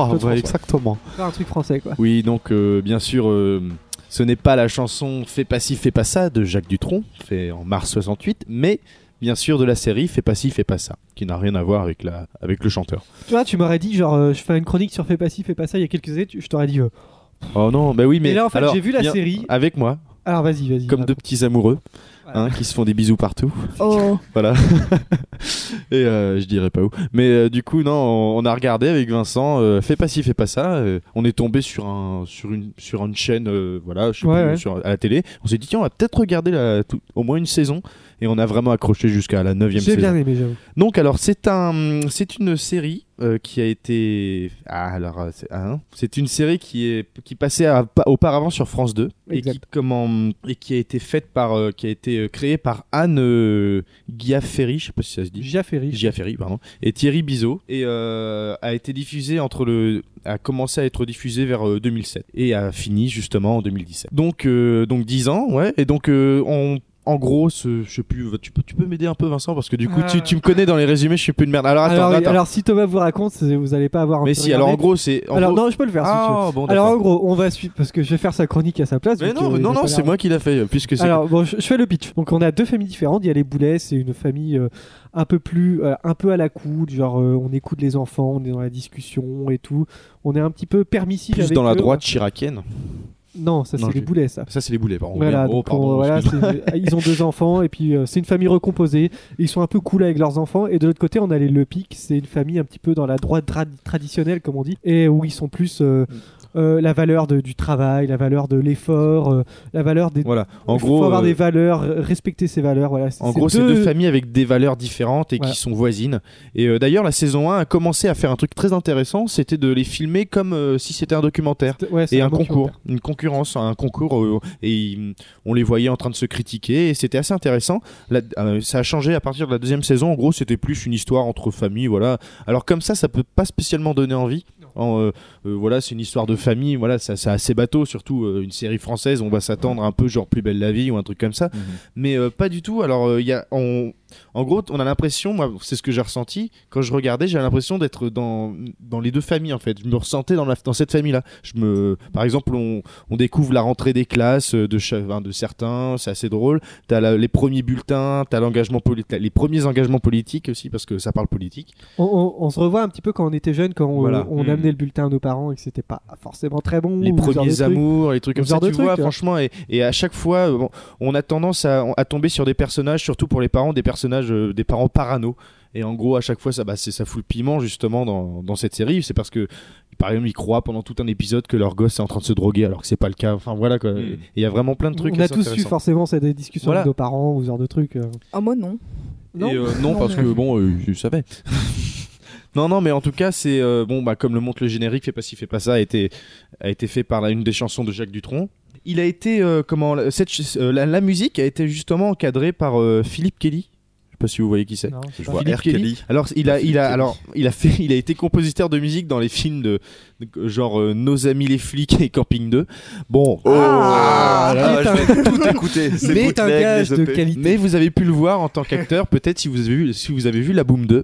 Claude ouais, François. exactement. Encore un truc français, quoi. Oui, donc euh, bien sûr, euh, ce n'est pas la chanson Fais pas ci, fais pas ça de Jacques Dutronc, fait en mars 68, mais bien sûr de la série Fais pas ci, fais pas ça, qui n'a rien à voir avec, la, avec le chanteur. Tu vois, tu m'aurais dit, genre, euh, je fais une chronique sur Fais pas ci, fais pas ça il y a quelques années. tu- Je t'aurais dit. euh, Oh non, bah oui, mais Et là, en fait, alors, j'ai vu la bien- série. Ah. Avec moi, Alors, vas-y, vas-y. comme deux petits amoureux hein, qui se font des bisous partout. Oh. Voilà. *laughs* Et euh, je dirais pas où. Mais euh, du coup, non, on, on a regardé avec Vincent. euh, fais pas ci, fais pas ça. euh, on est tombé sur un, sur une, sur une chaîne, euh, voilà, je sais Ouais, plus, ouais. sur- à la télé. On s'est dit tiens, on va peut-être regarder la, tout- au moins une saison. Et on a vraiment accroché jusqu'à la neuvième J'ai saison. bien aimé, j'avoue. Donc alors c'est un c'est une série euh, qui a été ah alors euh, c'est hein, c'est une série qui est qui passait à- pa- auparavant sur France 2 et qui Exact. comment et qui a été faite par euh, qui a été euh, créée par Anne euh, Giaferi, je sais pas si ça se dit. Giaferi. Giaferi, pardon, et Thierry Bizot, et euh, a été diffusé entre le, a commencé à être diffusé vers euh, 2007 et a fini justement en 2017. Donc, euh, donc 10 ans, ouais, et donc euh, on en gros, ce, je sais plus, tu peux, tu peux m'aider un peu Vincent parce que du coup Euh. tu, tu me connais dans les résumés, je suis plus une merde. Alors attends, alors, attends. alors, si Thomas vous raconte, c'est- vous allez pas avoir. envie mais de si, alors en regarder. gros c'est. en Alors, gros- non, je peux le faire si tu veux. ah bon, Alors en d'accord. gros, on va suivre parce que je vais faire sa chronique à sa place. Mais vu non, que mais il non, a non, pas c'est l'air- moi qui l'a fait puisque c'est. Alors bon, je, je fais le pitch. Donc on a deux familles différentes. Il y a les Boulets, c'est une famille euh, un peu plus, euh, un peu à la coude, genre euh, on écoute les enfants, on est dans la discussion et tout. On est un petit peu permissif. plus avec dans la eux. droite chiracienne. Non, ça Non, c'est les je- Boulets, ça. Ça c'est les boulets, pardon. Voilà, Merde. Oh, donc, pardon, on- voilà, excuse-moi. c'est- ils ont deux enfants et puis euh, c'est une famille recomposée. Ils sont un peu cool avec leurs enfants. Et de l'autre côté, on a les Le Pic, c'est une famille un petit peu dans la droite dra- traditionnelle, comme on dit, et où ils sont plus euh, Mm. euh, la valeur de- du travail, la valeur de l'effort, euh, la valeur des. *laughs* Voilà. En Il faut gros. avoir euh, des valeurs, respecter ses valeurs. Voilà, En gros, c'est deux familles avec des valeurs différentes et Voilà. qui sont voisines. Et euh, d'ailleurs, la saison 1 a commencé à faire un truc très intéressant, c'était de les filmer comme euh, si c'était un documentaire. Ouais, c'est Et un, concours, documentaire. une concurrence, un concours, euh, et ils- on les voyait en train de se critiquer, et c'était assez intéressant. La- euh, ça a changé à partir de la deuxième saison, en gros, c'était plus une histoire entre familles, voilà. Alors comme ça, ça peut pas spécialement donner envie, En, euh, euh, voilà, c'est une histoire de famille. Voilà, ça- c'est assez bateau, surtout euh, une série française. On va s'attendre un peu genre Plus belle la vie ou un truc comme ça, Mhm. mais euh, pas du tout. Alors, euh, il y a, on- en gros, on a l'impression, moi, c'est ce que j'ai ressenti quand je regardais. J'ai l'impression d'être dans dans les deux familles en fait. Je me ressentais dans la dans cette famille là. Je me, par exemple, on on découvre la rentrée des classes euh, de, cha- enfin, de certains, c'est assez drôle. T'as la- les premiers bulletins, t'as l'engagement poli- t'as les premiers engagements politiques aussi parce que ça parle politique. On, on- on se revoit un petit peu quand on était jeune, quand on, Voilà. on Mm. amenait le bulletin à nos parents et que c'était pas forcément très bon. les ou ce genre de premiers truc. amours, les trucs comme Ce genre ça, de tu truc, vois, hein. franchement. Et, et à chaque fois, euh, bon, on a tendance à, à tomber sur des personnages, surtout pour les parents, des personnages, euh, des parents parano. Et en gros, à chaque fois, ça, bah, c'est ça fout le piment justement dans, dans cette série. C'est parce que par exemple, ils croient pendant tout un épisode que leur gosse est en train de se droguer alors que c'est pas le cas. Enfin voilà quoi. Mm. Et il y a vraiment plein de trucs. on a assez tous eu intéressants. forcément cette discussion Voilà. avec nos parents ou ce genre de truc. euh. Oh, moi non. Non. Et, euh, non, Non, parce non. que bon, euh, je savais. *laughs* non, non, mais en tout cas, c'est euh, bon, bah, comme le montre le générique, fait pas ci, fait pas ça, a été, a été fait par la- une des chansons de Jacques Dutronc. Il a été euh, comment la- cette ch- euh, la, la musique a été justement encadrée par euh, Philippe Kelly. Je sais pas si vous voyez qui c'est. Non, je sais Je pas. vois Philippe R. Kelly. Alors il a, il a, Kelly. alors il a fait, il a été compositeur de musique dans les films de, de- genre euh, Nos amis les flics et Camping 2. Bon, Oh Ah, là, putain. je vais tout écouter. C'est Mais un bootleg, gage les E de EP. qualité. Mais vous avez pu le voir en tant qu'acteur, peut-être si vous avez vu, si vous avez vu la Boom 2.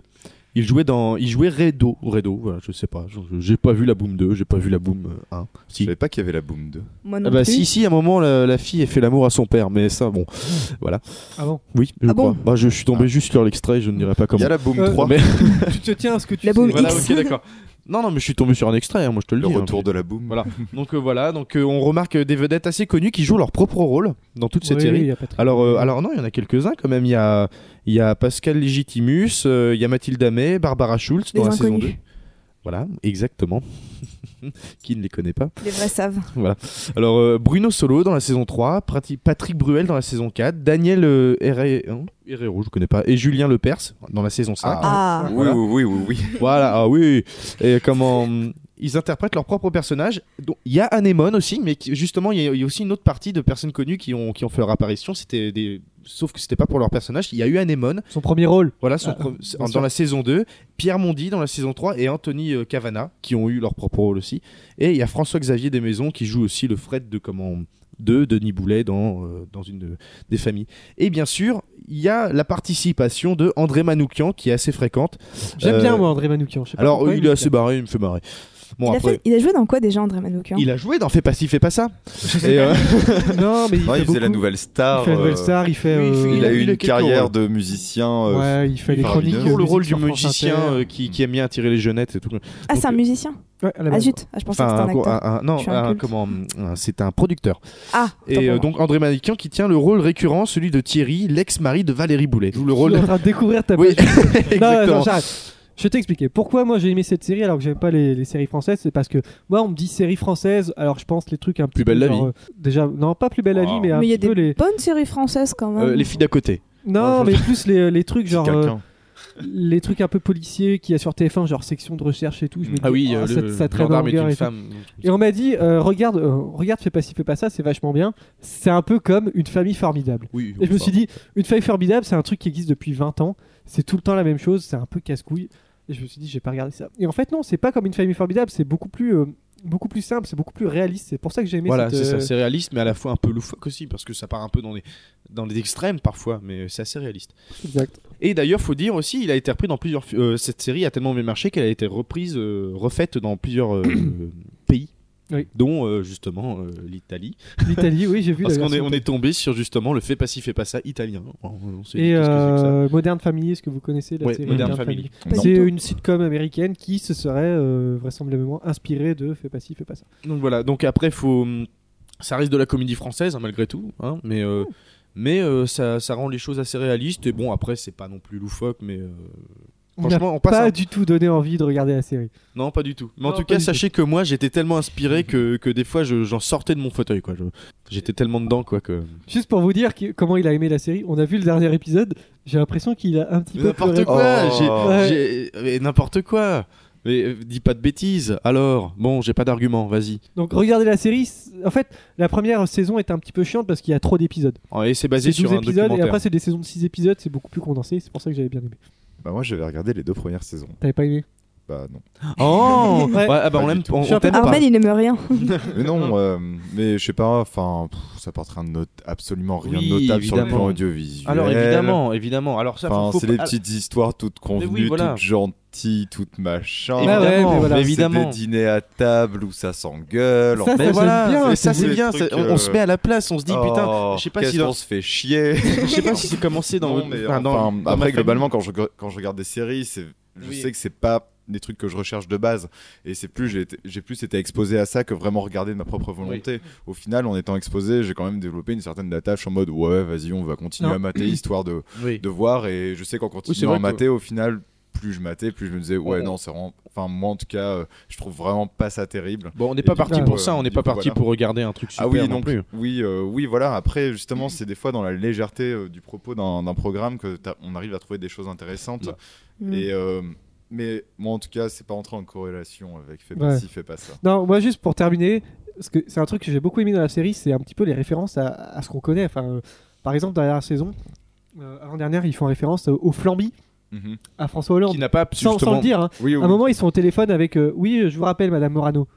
Il jouait dans, il jouait Redo, Redo, voilà, je sais pas, je- je- j'ai pas vu la Boom 2, j'ai pas vu la Boom euh, 1. Je Si. savais pas qu'il y avait la Boom 2. Moi non Ah bah plus. si, si, à un moment la, la fille a fait l'amour à son père, mais ça, bon, Ah bon oui, je Ah crois. bon bah, je suis tombé juste sur l'extrait, je ne dirai pas Il y comment. a la Boom Euh, 3. *laughs* Mais- Tu te tiens à ce que tu La sais. boum voilà, X. ok, d'accord. Non, non, mais je suis tombé sur un extrait, hein, moi je te le, Le dis. hein. retour de la Boom. Voilà. Donc euh, voilà, donc euh, on remarque euh, des vedettes assez connues qui jouent leur propre rôle dans toute cette Oui, série. y a pas de- Alors, euh, alors non, il y en a quelques-uns quand même. Il y a, il y a Pascal Légitimus, euh, il y a Mathilde Amé, Barbara Schultz dans Les la saison inconnus. 2. Voilà, exactement. *laughs* Qui ne les connaît pas. Les vrais savent. Alors, euh, Bruno Solo dans la saison 3, Prati- Patrick Bruel dans la saison 4, Daniel euh, Herre- hein, Herrero, je connais pas, et Julien Lepers dans la saison 5. Ah. Oui, Voilà. oui, oui, oui, oui. Voilà, ah oui. Et comment hum, ils interprètent leurs propres personnages. Donc, Il y a Anémone aussi, mais qui- justement, il y, a- il y a aussi une autre partie de personnes connues qui ont, qui ont fait leur apparition. C'était des... Sauf que c'était pas pour leur personnage. Il y a eu Anémone, Son premier rôle. voilà, son Ah, pro- bien dans sûr. la saison 2. Pierre Mondi dans la saison 3 et Anthony euh, Cavana qui ont eu leur propre rôle aussi. Et il y a François-Xavier Desmaisons qui joue aussi le Fred de comment de Denis Boulet dans, euh, dans une euh, des familles. Et bien sûr, il y a la participation de André Manoukian qui est assez fréquente. J'aime Euh, bien moi André Manoukian. je sais pas Alors, euh, pourquoi, il mais- est assez barré, il me fait marrer. Bon, il, a après, fait- hein. il a joué dans quoi déjà, André Manoukian il a joué dans Fais pas ci, fais pas ça. Et, euh, Non, mais il, Non, fait il faisait la beaucoup. nouvelle star. Il fait la nouvelle euh, star. Il fait. Oui, il fait- euh, Il a eu Il a une quelques carrière rôles. de musicien. euh, Ouais, il fait les il fait chroniques. une- euh, pour le musique rôle du sur France musicien Inter. euh, qui, qui aime bien attirer les jeunettes et tout. ah, donc, c'est un euh, musicien Ouais, à la Ah base. zut, ah, je pensais Enfin, que un, c'était un acteur. un- non, Je suis un un- culte. comment, un- c'est un producteur. Ah, autant Et pour euh, moi. donc André Manoukian qui tient le rôle récurrent, celui de Thierry, l'ex-mari de Valérie Boulet. Joue le rôle. Je suis en train de découvrir ta Oui, *laughs* page. Non, non, exactement. Euh, j'arrête. Je vais t'expliquer. Pourquoi moi j'ai aimé cette série alors que j'aime pas les, les séries françaises C'est parce que moi on me dit série française, alors je pense les trucs un peu. euh, Plus belle la vie. déjà, non, pas plus belle la vie, mais un Mais il y a petit peu des les. bonnes séries françaises quand même. Euh, les filles d'à côté. Non, Ouais, je- mais plus les, les trucs genre. euh, quelqu'un. les trucs un peu policiers qu'il y a sur TF1, genre section de recherche et tout. Ah Je me dis, euh, oh, ça, ça traîne en longueur et tout. Et on m'a dit, euh, regarde, euh, regarde, fais pas ci, fais pas ça, c'est vachement bien. C'est un peu comme une famille formidable. Oui, Et je me suis dit, une famille formidable, c'est un truc qui existe depuis 20 ans. C'est tout le temps la même chose, c'est un peu casse-couille. Et je me suis dit, j'ai pas regardé ça. Et en fait, non, c'est pas comme une famille formidable, c'est beaucoup plus. euh, Beaucoup plus simple, c'est beaucoup plus réaliste. C'est pour ça que j'ai aimé Voilà, cette, c'est euh, ça, c'est réaliste, mais à la fois un peu loufoque aussi, parce que ça part un peu dans les, dans les extrêmes parfois, mais c'est assez réaliste. exact. Et d'ailleurs, faut dire aussi, il a été repris dans plusieurs. fi- euh, cette série a tellement bien marché qu'elle a été reprise, euh, refaite dans plusieurs euh, *coughs* pays, Oui. dont euh, justement euh, l'Italie. L'Italie, oui, j'ai vu. Parce la qu'on est, version on est tombé sur justement le fait pas ci, fait pas ça italien. On- on s'est dit, Et qu'est-ce que c'est que ça euh, Modern Family, est-ce que vous connaissez la Ouais, série Modern Family. Pas C'est du tout. une sitcom américaine qui se serait euh, vraisemblablement inspirée de Fais pas ci, fais pas ça. Donc voilà, donc après, faut... hum, ça reste de la comédie française, hein, malgré tout, hein, mais, euh, Oh. mais euh, ça, ça rend les choses assez réalistes. Et bon, après, c'est pas non plus loufoque, mais euh, On n'a franchement, on passe pas un- du tout donné envie de regarder la série. Non, pas du tout. Mais en Non, tout pas cas, du sachez que moi, j'étais tellement inspiré que, que des fois, je- j'en sortais de mon fauteuil, quoi. Je- J'étais tellement dedans, quoi, que... Juste pour vous dire qui- comment il a aimé la série, on a vu le dernier épisode, j'ai l'impression qu'il a un petit peu pleuré. N'importe quoi Oh. j'ai- Ouais. j'ai- mais N'importe quoi Mais euh, dis pas de bêtises Alors, bon, j'ai pas d'argument, vas-y. Donc regardez la série, c- en fait la première saison est un petit peu chiante parce qu'il y a trop d'épisodes. Oh, Et c'est C'est basé 12 sur un épisodes et documentaire. après c'est des saisons de 6 épisodes, c'est beaucoup plus condensé, c'est pour ça que j'avais bien aimé. Bah, moi, j'avais regardé les deux premières saisons. T'avais pas aimé Bah non. Oh Ouais. Ouais, ah bah, Pas on du l'aime tout. on- Je suis on un peu t'aime pas. Armel, il n'aime rien. Mais non, euh, mais je sais pas, enfin, pff, ça portera note absolument rien Oui, de notable sur le évidemment. plan audiovisuel. Alors évidemment, évidemment. Alors ça, Enfin, faut- c'est faut- des ah, petites histoires toutes convenues, oui, voilà. toutes gentilles, toutes machin. ouais, mais Évidemment, voilà. mais C'est évidemment. des dîners à table où ça s'engueule. Ça, enfin, ça, Mais j'aime voilà, bien, et c'est ça c'est des bien, trucs, c'est- on, on se euh, met à la place, on se dit putain, oh, je sais pas qu'est-ce si dans- qu'on se fait chier. *laughs* je sais pas si c'est commencé dans, Non, mais enfin, dans- enfin, dans ma après famille. globalement quand je quand je regarde des séries, c'est je Oui. sais que c'est pas des trucs que je recherche de base et c'est plus j'ai été- j'ai plus été exposé à ça que vraiment regarder de ma propre volonté. Au final, en étant exposé, j'ai quand même développé une certaine attache en mode ouais, vas-y, on va continuer Non. à *clears throat* mater histoire de Oui. de voir et je sais qu'en c'est continuant vrai à que- mater au final plus je matais, plus je me disais ouais Oh. On- non, c'est vraiment enfin moi en tout cas, euh, je trouve vraiment pas ça terrible. Bon, on n'est pas Et parti du pour coup, ça, on euh, n'est du pas coup, parti voilà. pour regarder un truc super Ah oui, non donc, plus. Oui, euh, oui, voilà. Après, justement, c'est des fois dans la légèreté euh, du propos d'un d'un programme que t'as- on arrive à trouver des choses intéressantes. Mm. Et, euh, mais moi, en tout cas, c'est pas entré en corrélation avec fais pas Ouais. ci, fais pas ça. Non, moi juste pour terminer, parce que c'est un truc que j'ai beaucoup aimé dans la série, c'est un petit peu les références à, à ce qu'on connaît. Enfin, euh, par exemple, dans la dernière saison, euh, avant-dernière, ils font référence euh, au flambi Mhm. à François Qui Hollande. n'a pas Sans, sans justement. le dire, hein. Oui, Ah à un moment, ils sont au téléphone avec euh, Oui, je vous rappelle, Madame Morano.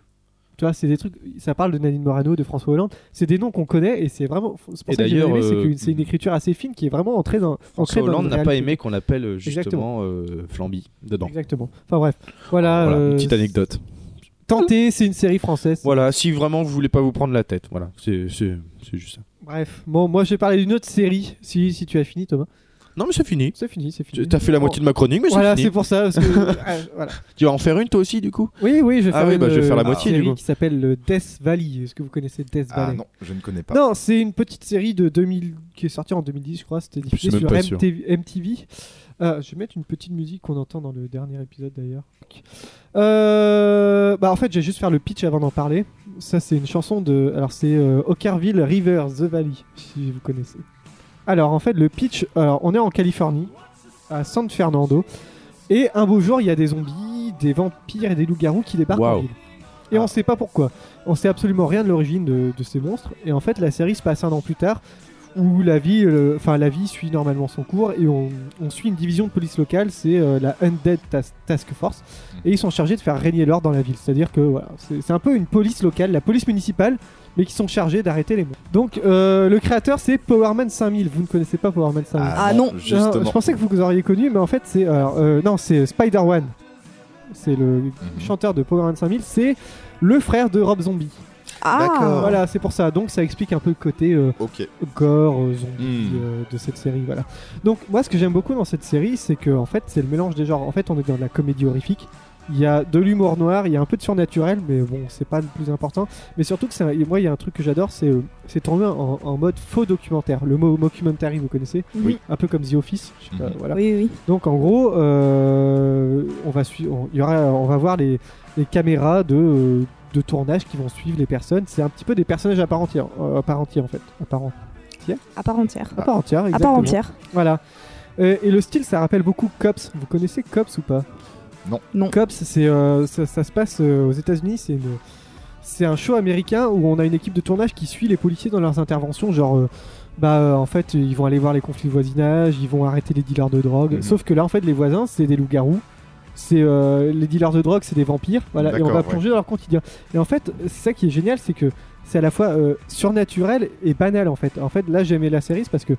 Tu vois, c'est des trucs. Ça parle de Nadine Morano, de François Hollande. C'est des noms qu'on connaît et c'est vraiment. C'est pour Et ça que j'ai bien d'ailleurs, aimé, c'est euh, qu'une- c'est une, écriture assez fine qui est vraiment ancrée dans. ancrée François dans Hollande le n'a pas réel. aimé qu'on l'appelle euh, justement euh, Flamby dedans. Exactement. Enfin bref. Voilà. Voilà, une euh, petite anecdote. Tenter, c'est une série française. Voilà, si vraiment vous voulez pas vous prendre la tête, voilà, c'est c'est- c'est juste ça. Bref. Bon, moi, je vais parler d'une autre série. Si, si tu as fini, Thomas. Non mais c'est fini. C'est fini, c'est fini. Tu- T'as fait la moitié de ma chronique, mais Voilà, c'est c'est fini. pour ça. Parce *laughs* que, Ah, voilà. Tu vas en faire une toi aussi du coup Oui, oui, je vais Ah faire, oui, bah, une, je vais faire la euh, moitié, du série coup. qui s'appelle euh, Death Valley. Est-ce que vous connaissez Death Ah Valley non, je ne connais pas. Non, c'est une petite série de 2000 qui est sortie en 2010, je crois. C'était suis diffusée même sur pas sûr. MTV. MTV. Euh, je vais mettre une petite musique qu'on entend dans le dernier épisode d'ailleurs. Euh, bah en fait, je vais juste faire le pitch avant d'en parler. Ça, c'est une chanson de. Alors, c'est euh, Ockerville River The Valley, si vous connaissez. Alors, en fait, le pitch. Alors, on est en Californie, à San Fernando, et un beau jour, il y a des zombies, des vampires et des loups-garous qui débarquent en Wow. ville. Et on sait pas pourquoi. On sait absolument rien de l'origine de, de ces monstres. Et en fait, la série se passe un an plus tard, où la vie, euh, enfin la vie suit normalement son cours et on, on suit une division de police locale, c'est euh, la Undead Tas- Task Force, et ils sont chargés de faire régner l'ordre dans la ville. C'est-à-dire que voilà, c'est c'est un peu une police locale, la police municipale, mais qui sont chargés d'arrêter les monstres. Donc euh, le créateur c'est Powerman 5000. Vous ne connaissez pas Powerman 5000 Ah non. justement. non, je pensais que vous auriez connu, mais en fait, c'est. alors, euh, non, c'est Spider One. C'est le Mm-hmm. chanteur de Power Man 5000. C'est le frère de Rob Zombie. D'accord. Ah, Voilà, c'est pour ça. Donc, ça explique un peu le côté euh, Ok. gore, euh, zombie Hmm. euh, de cette série. Voilà. Donc, moi, ce que j'aime beaucoup dans cette série, c'est que, en fait, c'est le mélange des genres. En fait, on est dans de la comédie horrifique. Il y a de l'humour noir, il y a un peu de surnaturel, mais bon, c'est pas le plus important. Mais surtout que ça, moi, il y a un truc que j'adore, c'est euh, c'est tourné en, en mode faux documentaire. Le mot mockumentary, vous connaissez Oui. Un peu comme The Office. je sais pas, Mhm. voilà. oui, oui. Donc en gros, euh, on va suivre, on, il y aura, on va voir les, les caméras de, euh, de tournage qui vont suivre les personnes. C'est un petit peu des personnages à part entière, euh, à part entière en fait, à part, en- À part entière. à part entière, À Ah, part exactement. Ah, entière. Voilà. Euh, et le style, ça rappelle beaucoup Cops. Vous connaissez Cops ou pas Non. Non. Cops, c'est euh, ça, ça se passe euh, aux États-Unis. C'est une- c'est un show américain où on a une équipe de tournage qui suit les policiers dans leurs interventions, genre. euh, bah euh, en fait ils vont aller voir les conflits de voisinage, ils vont arrêter les dealers de drogue. Mhm. Sauf que là en fait les voisins c'est des loups-garous, c'est euh, les dealers de drogue c'est des vampires, voilà et on D'accord, va ouais. plonger dans leur quotidien. Et en fait c'est ça qui est génial c'est que c'est à la fois euh, surnaturel et banal en fait. En fait là j'aimais la série c'est parce que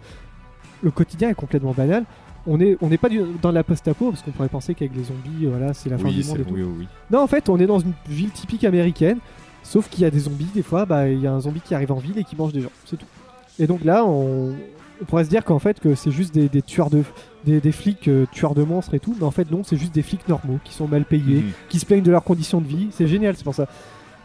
le quotidien est complètement banal. On est on n'est pas du- dans la post-apo parce qu'on pourrait penser qu'avec les zombies euh, voilà c'est la fin Oui, du monde c'est et tout. oui, oui. Non, en fait, on est dans une ville typique américaine, sauf qu'il y a des zombies, des fois, bah, il y a un zombie qui arrive en ville et qui mange des gens, c'est tout. Et donc là, on, on pourrait se dire qu'en fait, que c'est juste des, des tueurs de... Des, des flics euh, tueurs de monstres et tout, mais en fait non, c'est juste des flics normaux qui sont mal payés, Mhm. qui se plaignent de leurs conditions de vie, c'est génial, c'est pour ça.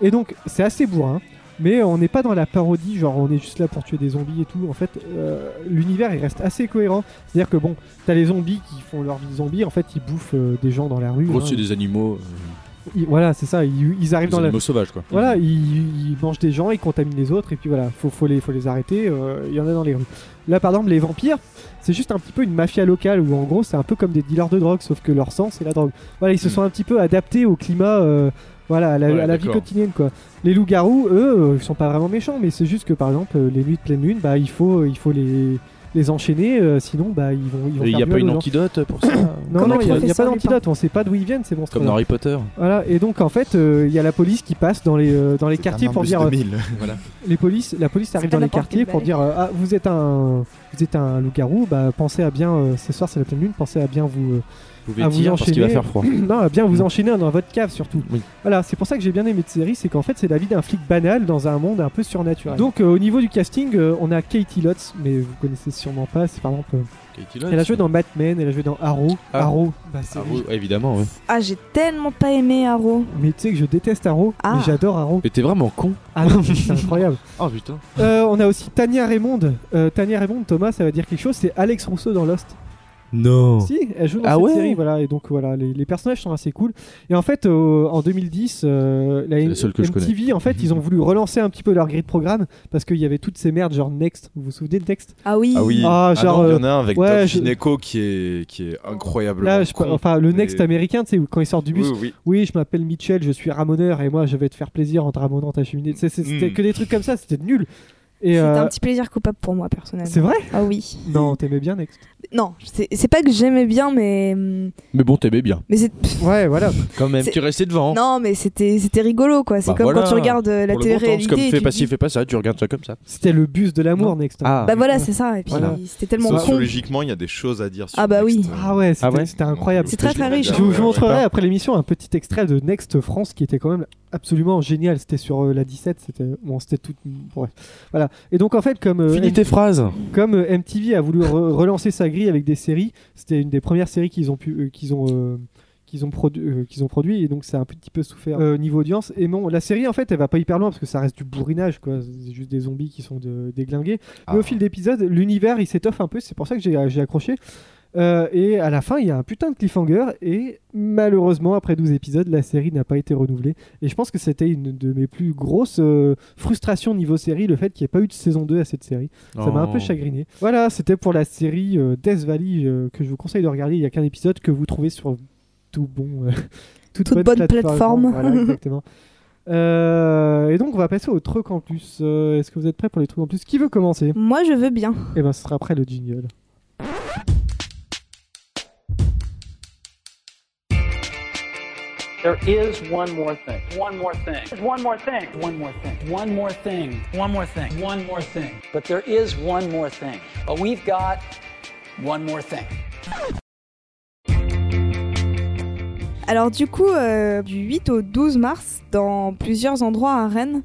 Et donc, c'est assez bourrin, mais on n'est pas dans la parodie, genre on est juste là pour tuer des zombies et tout, en fait, euh, l'univers il reste assez cohérent, c'est-à-dire que bon, t'as les zombies qui font leur vie de zombie, en fait ils bouffent euh, des gens dans la rue, En gros, hein. c'est des animaux, euh, Ils- voilà, c'est ça, ils, ils arrivent des dans la, animaux sauvages quoi. voilà, ils, ils mangent des gens, ils contaminent les autres, et puis voilà, faut, faut, les, faut les arrêter, euh, il y en a dans les rues. Là, par exemple, les vampires, c'est juste un petit peu une mafia locale, où en gros, c'est un peu comme des dealers de drogue, sauf que leur sang, c'est la drogue. Voilà, ils se Mm. sont un petit peu adaptés au climat, euh, voilà, à la, Hmm. Ouais, à la vie d'accord. quotidienne, quoi. Les loups-garous, eux, euh, ils sont pas vraiment méchants, mais c'est juste que, par exemple, euh, les nuits de pleine lune, bah, il faut, il faut les... les enchaîner, euh, sinon bah ils vont. ils vont Il n'y faire du a pas mal une aux gens. antidote pour ça *coughs* Non, non, Comme dans il n'y a, il y a pas Professeur d'antidote, on sait pas d'où ils viennent ces monstres. Comme dans Harry Potter. Voilà, et donc en fait, euh, il y a la police qui passe dans les, euh, Mm-hmm. dans les quartiers pour dire. euh, les polices, la police arrive pas dans les n'importe quartiers quel pour balai. dire euh, Ah, vous êtes un, vous êtes un loup-garou, bah pensez à bien, euh, ce soir c'est la pleine lune, pensez à bien vous. euh, Vous pouvez Ah, vous dire parce qu'il va enchaînez. faire froid. *coughs* non, à bien vous enchaîner dans votre cave surtout. Oui. Voilà, c'est pour ça que j'ai bien aimé cette série, c'est qu'en fait c'est la vie d'un flic banal dans un monde un peu surnaturel. Donc euh, au niveau du casting, euh, on a Katie Lotz, mais vous connaissez sûrement pas, c'est par exemple. euh, *laughs* elle a joué dans Batman, elle a joué dans Arrow. Ah. Arrow, bah, c'est Ah, oui, évidemment, ouais. Ah, j'ai tellement pas aimé Arrow. Mais tu sais que je déteste Arrow, Ah. mais j'adore Arrow. Mais t'es vraiment con. Ah non, *laughs* c'est incroyable. Oh putain. Euh, on a aussi Tania Raymond. Euh, Tania Raymond, Thomas, ça va dire quelque chose. C'est Alex Rousseau dans Lost. Non. Si, elle joue dans Ah cette ouais série, voilà. Et donc voilà, les, les personnages sont assez cool. Et en fait, euh, en 2010, euh, la M- le seul que je MTV, en fait, ils ont voulu relancer un petit peu leur grille de programme parce qu'il y avait toutes ces merdes genre Next. Vous vous souvenez de Next Ah oui. Ah oui. Ah, Ah genre. non, il y euh, en a un avec ouais, Doc je- Gineco qui est, qui est incroyablement Là, je- con. enfin, le next mais- américain, tu sais, où quand il sort du bus, Oui, oui. oui, je m'appelle Mitchell, je suis ramoneur et moi je vais te faire plaisir en te ramonant ta cheminée. C'est- c'est- C'était Hmm. Mm. que des trucs comme ça, c'était nul. Et C'était euh, un petit plaisir coupable pour moi personnellement. c'est vrai Ah oui. Non, t'aimais bien Next. Non, c'est c'est pas que j'aimais bien, mais hum, Mais bon, t'aimais bien. mais c'est Ouais, voilà. Quand même, C'est- tu restais devant. non, mais c'était c'était rigolo quoi. C'est Bah comme voilà, quand tu regardes euh, la Pour le bon temps, télé-réalité. c'est comme et fais tu pas te ci, dis- fais pas ça, tu regardes ça comme ça. C'était le bus de l'amour Next. Ah, hein. Bah voilà, c'est ça. Et puis Voilà. c'était tellement con. Sociologiquement, il y a des choses à dire sur Ah bah oui. Next. Ah ouais, c'était Ah ouais c'était incroyable. C'est très, très riche. Je Ouais, vous, je vous ouais, montrerai ouais. après l'émission un petit extrait de Next France qui était quand même absolument génial. C'était sur euh, la 17, c'était bon, c'était tout. bref. Voilà. Et donc en fait, comme euh, Finis M- tes phrases. comme euh, MTV a voulu re- *laughs* relancer sa grille avec des séries, c'était une des premières séries qu'ils ont pu euh, qu'ils ont euh, qu'ils ont produ- euh, qu'ils ont produit et donc ça a un petit peu souffert euh, niveau audience et bon la série en fait elle va pas hyper loin parce que ça reste du bourrinage quoi c'est juste des zombies qui sont de- déglingués Ah. mais au fil d'épisodes l'univers il s'étoffe un peu c'est pour ça que j'ai j'ai accroché Euh, et à la fin il y a un putain de cliffhanger et malheureusement après 12 épisodes la série n'a pas été renouvelée et je pense que c'était une de mes plus grosses euh, frustrations niveau série le fait qu'il n'y ait pas eu de saison 2 à cette série ça m'a un Oh. peu chagriné. Voilà, c'était pour la série euh, Death Valley euh, que je vous conseille de regarder. Il n'y a qu'un épisode que vous trouvez sur tout bon, euh, *laughs* toute, Toute bonne plateforme. *laughs* Voilà, exactement. Euh, et donc, on va passer au truc en plus. Euh, Est-ce que vous êtes prêts pour les trucs en plus Qui veut commencer Moi, je veux bien. Eh ben, ce sera après le jingle. There is one more thing. One more thing. There's one more thing. One more thing. One more thing. One more thing. One more thing. But there is one more thing. But we've got one more thing. Alors du coup, euh, du 8 au 12 mars, dans plusieurs endroits à Rennes,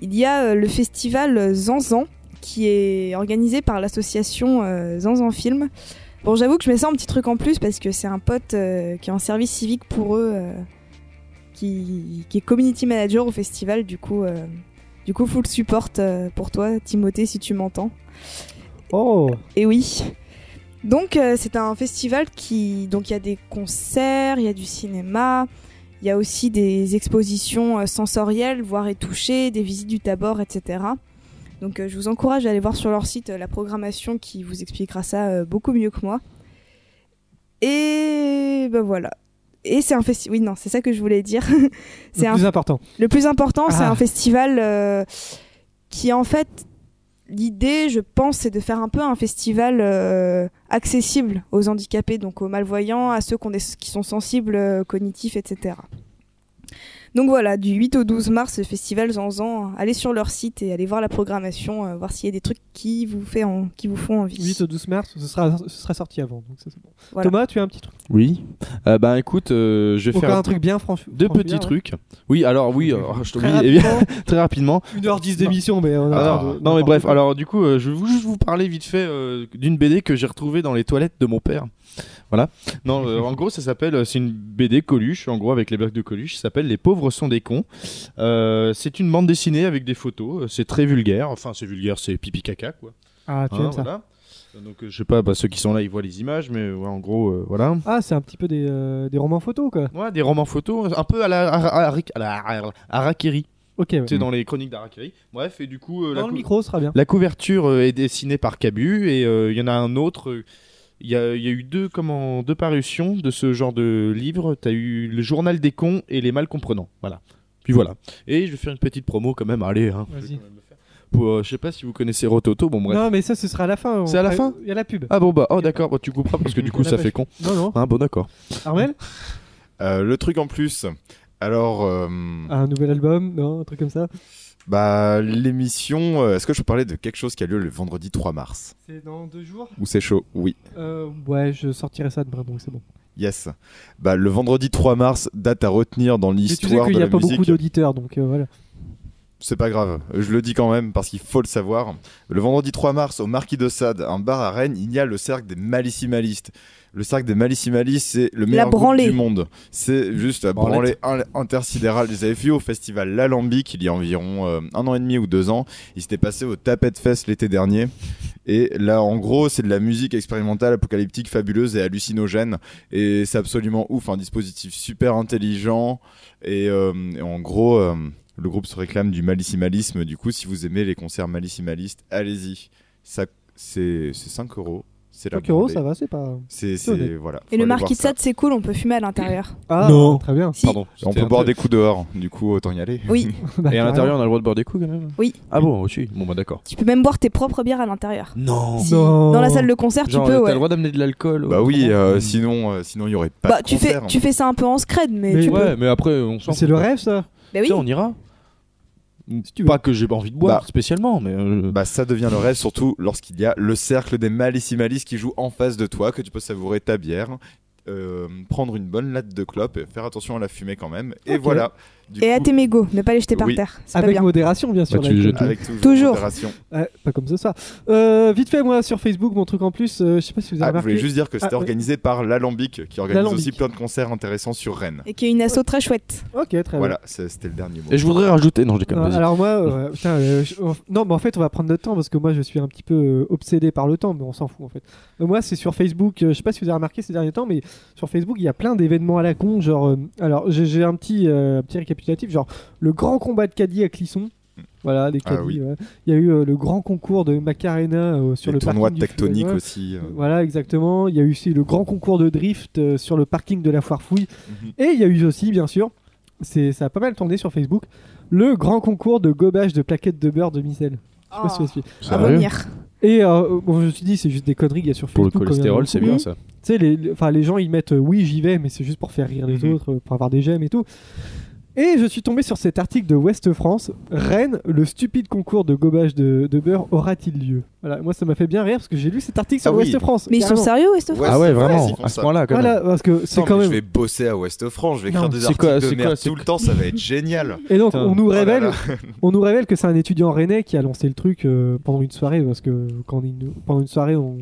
il y a euh, le festival Zanzan qui est organisé par l'association euh, Zanzan Film. Bon, j'avoue que je mets ça un petit truc en plus parce que c'est un pote euh, qui est en service civique pour eux, euh, qui, qui est community manager au festival. Du coup, euh, du coup, full support euh, pour toi, Timothée, si tu m'entends. Oh Et Eh oui. Donc euh, c'est un festival qui donc il y a des concerts, il y a du cinéma, il y a aussi des expositions euh, sensorielles, voir et toucher, des visites du tabor, etc. Donc euh, je vous encourage à aller voir sur leur site euh, la programmation qui vous expliquera ça euh, beaucoup mieux que moi. Et ben voilà. Et c'est un festival. Oui non, c'est ça que je voulais dire. *laughs* C'est c'est un plus important. le plus important, c'est Ah. un festival euh, qui, en fait, l'idée, je pense, c'est de faire un peu un festival euh, accessible aux handicapés, donc aux malvoyants, à ceux qu'on est- qui sont sensibles, euh, cognitifs, etc. Donc voilà, du 8 au 12 mars, le festival Zanzan, allez sur leur site et allez voir la programmation, euh, voir s'il y a des trucs qui vous, fait en- qui vous font envie. 8 au 12 mars, ce sera, ce sera sorti avant. Donc ça, c'est bon. Voilà. Thomas, tu as un petit truc Oui. Euh, bah écoute, euh, je vais Encore faire un truc bien franchi- deux franchouillard, petits ouais. trucs. Oui, alors oui, alors, je Très t'oublie eh bien, rapidement, hein. très rapidement. 1h10 d'émission, mais on a Ah, pas de- non mais n'importe bref, quoi. alors du coup, euh, je vais vous- juste vous parler vite fait euh, d'une BD que j'ai retrouvée dans les toilettes de mon père. Voilà. Non, euh, en gros, ça s'appelle, euh, c'est une BD Coluche, en gros avec les blagues de Coluche, ça s'appelle Les pauvres sont des cons. Euh, c'est une bande dessinée avec des photos, euh, c'est très vulgaire, enfin c'est vulgaire, c'est pipi caca quoi. Ah, tu Hein, aimes ça. voilà. Donc euh, je sais pas, bah, ceux qui sont là, ils voient les images, mais ouais, en gros, euh, voilà. Ah, c'est un petit peu des, euh, des romans photos, quoi. Ouais, des romans photos, un peu à la, à, à- à la à- Harakiri. Ok, ouais. Tu sais, dans les chroniques d'Harakiri. Bref, et du coup, euh, Mm. la, Dans le cou- micro, ce sera bien. la couverture euh, est dessinée par Cabu, et euh, il y en a un autre. euh, Il y, a, il y a eu deux, comment, deux parutions de ce genre de livre. T'as eu le journal des cons et les mal comprenants. Voilà. Puis voilà. Et je vais faire une petite promo quand même. Allez, hein. Vas-y. pour, euh, je sais pas si vous connaissez Rototo, bon bref. Non, mais ça, ce sera à la fin. on C'est à la fera- fin Il y a la pub. Ah bon bah, oh d'accord, bah, tu couperas parce *laughs* que du On coup a ça pas fait fait. con. Non, non. Hein, bon d'accord. Armel Euh, le truc en plus. Alors, euh, Un nouvel album Non, un truc comme ça bah, l'émission. euh, Est-ce que je peux parler de quelque chose qui a lieu le vendredi 3 mars C'est dans deux jours Ou c'est chaud Oui. Euh, Ouais, je sortirai ça demain, donc c'est bon. Yes. Bah, le vendredi 3 mars, date à retenir dans Mais tu sais l'histoire qu'il de n'y la a pas beaucoup musique. d'auditeurs, donc euh, voilà. C'est pas grave, je le dis quand même parce qu'il faut le savoir. Le vendredi 3 mars, au Marquis de Sade, un bar à Rennes, il y a le cercle des Malissimalistes. Le cercle des Malissimalistes, c'est le meilleur groupe branlée. du monde. C'est juste la branlée Branlette. in- intersidérale. Je Les avais vus au festival L'Alambic il y a environ euh, un an et demi ou deux ans. Ils s'étaient passés au Tapet Fest l'été dernier. Et là, en gros, c'est de la musique expérimentale, apocalyptique, fabuleuse et hallucinogène. Et c'est absolument ouf, un dispositif super intelligent. Et, euh, et en gros, euh, le groupe se réclame du malissimalisme. Du coup, si vous aimez les concerts malissimalistes, allez-y. Ça, c'est, c'est 5 euros. C'est la 5 euros, branlée. ça va, c'est pas. C'est, C'est c'est, honnête. voilà. Faut Et le aller marquis voir de ça. Sade, c'est cool, on peut fumer à l'intérieur. Ah, Non. très bien. Si. Pardon. On peut boire des coups dehors, du coup, autant y aller. Oui, Bah, Et à carrément. l'intérieur, on a le droit de boire des coups quand même Oui. Ah bon, aussi. Bon bah d'accord. tu peux même boire tes propres bières à l'intérieur. Non. Si. Oh Non. Dans la salle de concert, Genre, tu peux, t'as ouais. le droit d'amener de l'alcool. *laughs* Bah oui, autrement. Hmm. euh, sinon, euh, sinon il y aurait pas Mmh. Bah, de tu fais, concert. hein. tu fais ça un peu en scred, mais, Mais tu Ouais, mais après, on s'en. Mais C'est fout, le quoi. rêve, ça peux. Bah oui. Putain, on ira. tu veux. Pas que j'ai pas envie de boire Bah. spécialement, mais. euh, Bah ça devient le rêve surtout lorsqu'il y a le cercle des malissimalistes qui joue en face de toi, que tu peux savourer ta bière, euh, prendre une bonne latte de clope, et faire attention à la fumée quand même. Et Ok. voilà. Du Et à coup, tes mégots, ne pas les jeter par Oui. terre. C'est pas Avec bien. modération, bien sûr. Bah, là, tu avec- euh, jettes avec toujours, Toujours. modération. Ouais, pas comme ce soir. Euh, vite fait, moi, sur Facebook, mon truc en plus, euh, je sais pas si vous avez Ah, je remarqué. voulais juste dire que c'était Ah, oui. organisé par l'Alambic, qui organise L'Alambic. Ah aussi plein de concerts intéressants sur Rennes. Et qu'il y a une asso très chouette. Ok, très bien. Voilà, c'est- c'était le dernier mot. Et je voudrais rajouter. Non, je déconne. Non, vas-y. alors moi, euh, ouais, putain, euh, je- en- non, mais en fait, on va prendre notre temps parce que moi, je suis un petit peu euh, obsédé par le temps, mais on s'en fout en fait. Euh, moi, c'est sur Facebook. euh, je sais pas si vous avez remarqué ces derniers temps, mais sur Facebook, il y a plein d'événements à la con. Genre, euh, alors j'ai- j'ai un petit, euh, petit récapitulatif, genre le grand combat de caddie à Clisson. Voilà, les Ah caddies. oui. ouais. Il y a eu euh, le grand concours de Macarena euh, sur le le tournoi parking du tectonique Fou- aussi. euh, Voilà, exactement. Il y a eu aussi le grand concours de drift euh, sur le parking de la Foire Fouille. Mhm. Et il y a eu aussi, bien sûr, c'est, ça a pas mal tourné sur Facebook, le grand concours de gobage de plaquettes de beurre de micelle. Ah. Je sais Ah. pas si vous suivez. à Ah Sérieux vomir. Et euh, bon, je me suis dit, c'est juste des conneries qu'il y a sur Ah Pour le Facebook. quand même. cholestérol, c'est bien ça. Tu sais, les, les- enfin, les gens ils mettent euh, oui, j'y vais, mais c'est juste pour faire rire les Mhm. autres, euh, pour avoir des j'aime et tout. Et je suis tombé sur cet article de Ouest France Rennes, le stupide concours de gobage de, de beurre aura-t-il lieu Voilà, moi ça m'a fait bien rire parce que j'ai lu cet article sur Ah oui. Ouest France. Mais ils sont carrément. sérieux, West Ouais, ah c'est- ouais, ils vraiment, font à ce ça. point-là, quand même. Voilà, parce que c'est Putain, quand mais même. Je vais bosser à Ouest-France, je vais Non, écrire des c'est articles quoi- de c'est merde quoi- c'est tout le temps, ça va être *laughs* génial. Et donc Putain. on nous Oh là *laughs* révèle, là. on nous révèle que c'est un étudiant rennais qui a lancé le truc euh, pendant une soirée parce que quand il- pendant une soirée on,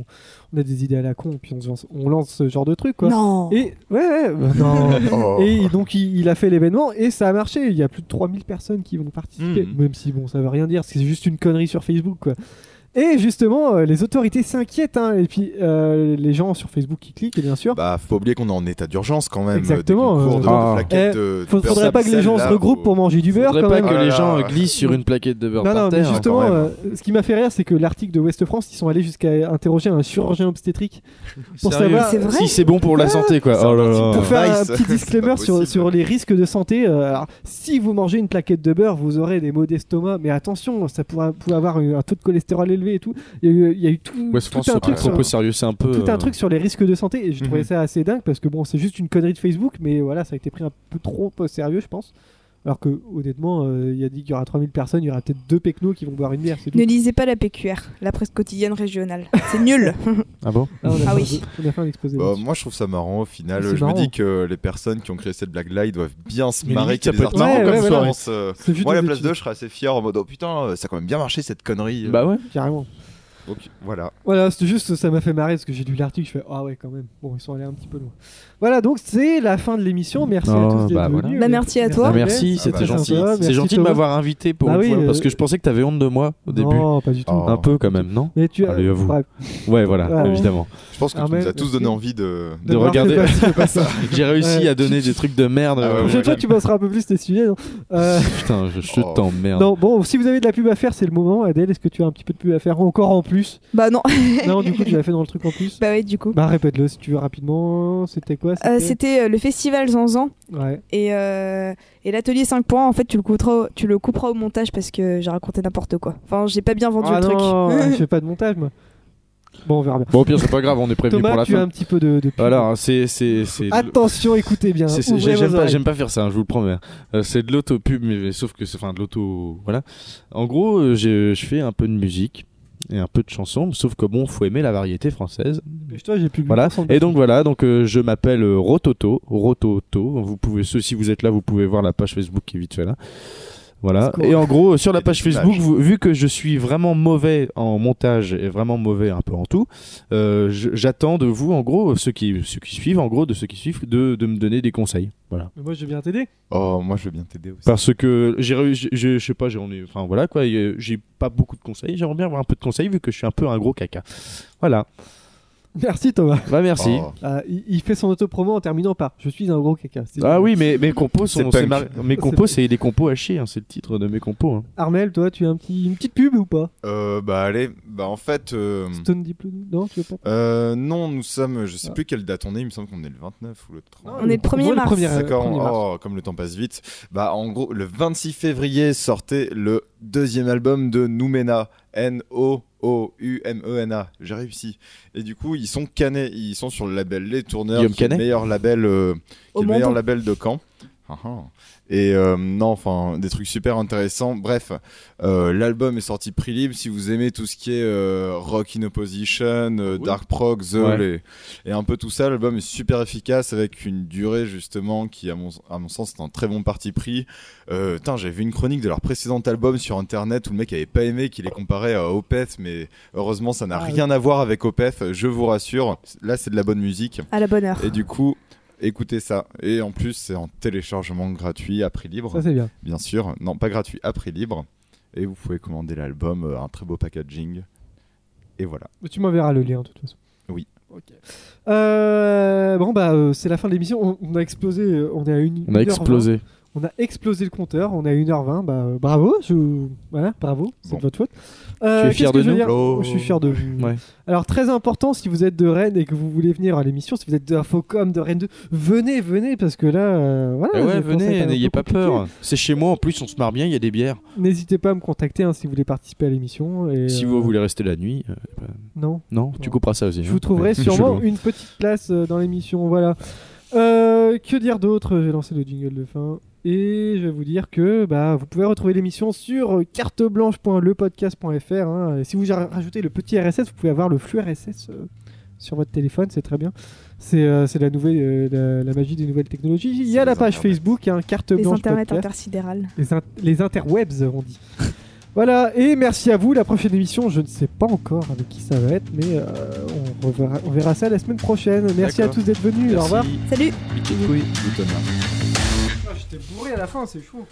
on a des idées à la con puis on, se lance- on lance ce genre de truc quoi. Non. Et ouais, ouais bah, non. *laughs* Oh. Et il- donc il, il a fait l'événement et ça a marché. Il y a plus de 3000 personnes qui vont participer, Mhm. même si bon, ça veut rien dire, c'est juste une connerie sur Facebook quoi. Et justement, euh, les autorités s'inquiètent, hein, et puis euh, les gens sur Facebook qui cliquent, et bien sûr. Bah, faut pas oublier qu'on est en état d'urgence quand même. Exactement, Des concours euh, de Ah. plaquettes Eh, de- de Faut- faudrait personnes pas que les gens se là, regroupent faut- pour manger du beurre Faudrait quand pas même. que Ah les là gens là. glissent sur une plaquette de beurre Non, par non, mais terre. hein. justement, quand même. euh, ce qui m'a fait rire, c'est que l'article de West France, ils sont allés jusqu'à interroger un chirurgien obstétrique pour Sérieux savoir C'est vrai si c'est bon pour la santé, quoi. C'est Oh un là article là. pour faire un Vice, petit c'est disclaimer pas sur, possible. sur les risques de santé. euh, alors, si vous mangez une plaquette de beurre, vous aurez des maux d'estomac, mais attention, ça pourra, pourrait avoir un taux de cholestérol élevé et tout. Il y a eu, il y a eu tout, West tout France, un sont- truc ils sur, sont peu sérieux, c'est un peu. tout un euh, truc sur les risques de santé et j'ai trouvé Mhm. ça assez dingue parce que bon, c'est juste une connerie de Facebook, mais voilà, ça a été pris un peu trop au sérieux, je pense. Alors que honnêtement, euh, il y a dit qu'il y aura 3000 personnes, il y aura peut-être deux pecnos qui vont boire une bière, c'est tout. Ne lisez pas la PQR, la presse quotidienne régionale. C'est *laughs* nul. Ah bon Ah, on a Ah fait oui. un- on a fait un exposé. Bah, là-dessus. moi je trouve ça marrant au final. C'est Je marrant. me dis que les personnes qui ont créé cette blague là, ils doivent bien se Mais marrer limite, qu'il y ça a des peut être artistes marrant comme comme ça. soirée. on se- C'est juste Moi à la des place études. 2, je serais assez fier en mode oh putain, euh, ça a quand même bien marché cette connerie. euh. Bah ouais. carrément. Donc voilà. Voilà, c'était juste, ça m'a fait marrer parce que j'ai lu l'article, je fais ah ouais quand même. Bon, ils sont allés un petit peu loin. Voilà, donc c'est la fin de l'émission. Merci à Oh, tous d'être bah, venus. voilà. Bah, merci à toi. Ah, Ouais. merci, Ah, c'était bah, gentil. sympa, merci, C'est gentil de Thomas. m'avoir invité pour Bah une oui, fois, parce euh, que je pensais que t'avais honte de moi au début. Non, pas du tout. Oh. Un peu quand même, non Mais tu as. Allez, avoue. bref, Ouais, voilà, Ouais. évidemment. Je pense que tu Armel, nous as tous merci. donné envie de. De Bernard, regarder. fais pas- fais pas *laughs* ça. J'ai réussi Ouais. à donner des trucs de merde. Ah ouais, euh, ouais, Je- Toi, j'aime. tu bosseras un peu plus tes sujets. non Euh, Putain, je, je Oh. t'emmerde. Non, bon, si vous avez de la pub à faire, c'est le moment. Adèle, est-ce que tu as un petit peu de pub à faire encore en plus plus. Bah non. *laughs* Non, du coup, tu l'as fait dans le truc en plus. bah ouais, du coup. Bah, répète-le si tu veux rapidement. C'était quoi Euh, C'était euh, le festival Zanzan Ouais. et, euh, et l'atelier 5 points. En fait, tu le, couperas, tu le couperas au montage parce que j'ai raconté n'importe quoi. Enfin, j'ai pas bien vendu Ah le truc. *laughs* non, ouais, je fais pas de montage, moi. Bon, on verra bien. Bon, au pire, c'est pas grave, on est prévenu pour Thomas, la tu as fin. un petit peu de. de pub. Alors, hein, c'est. c'est- c'est- Attention, écoutez bien. c'est- c'est- ouvrez J'aime vos pas, oreilles. j'aime pas faire ça, hein, je vous le promets. Euh, c'est de l'auto-pub, mais, mais sauf que c'est. Enfin, de l'auto. Voilà. En gros, euh, j'ai- je fais un peu de musique et un peu de chansons, sauf que bon, faut aimer la variété française. Mais toi, j'ai plus que Voilà. 8% de- Et donc voilà, donc euh, je m'appelle euh, Rototo, Rototo. Vous pouvez, ceux, si vous êtes là, vous pouvez voir la page Facebook qui est vite fait là. Voilà. Parce que- Et en gros, euh, sur la Il y a page des Facebook, images. vous- vu que je suis vraiment mauvais en montage et vraiment mauvais un peu en tout, euh, je- j'attends de vous, en gros, ceux qui, ceux qui suivent, en gros, de ceux qui suivent, de, de me donner des conseils. Voilà. Mais Moi, je vais bien t'aider. Oh, moi je veux bien t'aider aussi. Parce que j'ai, réu- j'ai- je je sais pas, j'ai, on est- enfin voilà quoi, y a- j'ai pas beaucoup de conseils. J'aimerais bien avoir un peu de conseils vu que je suis un peu un gros caca. Voilà. Merci, Thomas. Bah merci. Oh. Ah, il, il fait son autopromo en terminant par Je suis un gros caca. C'est- Ah oui, mais mes compos C'est sont. punk. c'est mar- Mes compos, c'est des compos à chier, hein, c'est le titre de mes compos. hein. Armel, toi, tu as un petit, une petite pub ou pas Euh, bah allez, bah en fait, Hmm. euh, Stone Diplo Non, tu veux pas euh, non, nous sommes, je sais plus quelle date on est, il me semble qu'on est le 29 ou le 30. On est le 1er Moi, mars. premier, euh, D'accord, premier mars. oh, comme le temps passe vite. Bah, en gros, le 26 février sortait le deuxième album de Noumena. N-O-O-U-M-E-N-A. E J'ai réussi. Et du coup, ils sont canés. Ils sont sur le label Les Tourneurs, Guillaume qui est le Canet meilleur label, euh, qui Au est le meilleur monde. label de Caen. Ah, ah. Et euh, non, enfin, des trucs super intéressants. Bref, euh, l'album est sorti prix libre. Si vous aimez tout ce qui est euh, Rock in Opposition, euh, Oui. Dark Prog, The Ouais. et- et un peu tout ça. L'album est super efficace avec une durée justement qui, à mon, à mon sens, est un très bon parti pris. Euh, tain, j'ai vu une chronique de leur précédent album sur internet où le mec avait pas aimé qu'il les comparait à Opeth, mais heureusement ça n'a Ah, rien à voir avec Opeth, je vous rassure. Là, c'est de la bonne musique. À la bonne heure. Et du coup, écoutez ça. Et en plus, c'est en téléchargement gratuit, à prix oh. libre, Ça, c'est bien. bien sûr. Non, pas gratuit, à prix libre. Et vous pouvez commander l'album, euh, un très beau packaging. Et voilà. Mais Tu m'enverras le lien, de toute façon. Oui. Ok. Euh, bon, bah, euh, c'est la fin de l'émission. On, on a explosé. euh, On est à une. On a 1h20. explosé. On a explosé le compteur. On est à 1h20. Bah, euh, bravo. je- Voilà, bravo. C'est Bon. de votre faute. Euh, Tu es fier qu'est-ce que de je veux nous dire Oh. Je suis fier de vous. Ouais. Alors très important si vous êtes de Rennes et que vous voulez venir à l'émission, si vous êtes de Infocom, de Rennes 2, venez, venez parce que là, euh, voilà. Eh je ouais, pense que ça va être venez, un n'ayez peu pas compliqué. peur. C'est chez moi, en plus, on se marre bien, il y a des bières. N'hésitez pas à me contacter hein, si vous voulez participer à l'émission. et, Si euh, vous voulez rester la nuit, euh, Non, non, tu Non. couperas ça aussi. je hein. vous *laughs* trouverai sûrement Chelou. une petite place euh, dans l'émission. Voilà. Euh, que dire d'autre J'ai lancé le jingle de fin. Et je vais vous dire que bah, vous pouvez retrouver l'émission sur carteblanche.lepodcast.fr. hein. Et Si vous rajoutez le petit RSS, vous pouvez avoir le flux RSS euh, sur votre téléphone, c'est très bien. C'est euh, c'est la, nouvelle, euh, la, la magie des nouvelles technologies. Il y a C'est la les page internets. Facebook, hein, carte Les blanche internets podcast. intersidérales. Les, in- les interwebs, on dit. voilà, et merci à vous. La prochaine émission, je ne sais pas encore avec qui ça va être, mais euh, on, reverra- on verra ça la semaine prochaine. Merci à D'accord. tous d'être venus. Au revoir. Merci. Salut Oui. J'étais bourré à la fin, c'est chaud.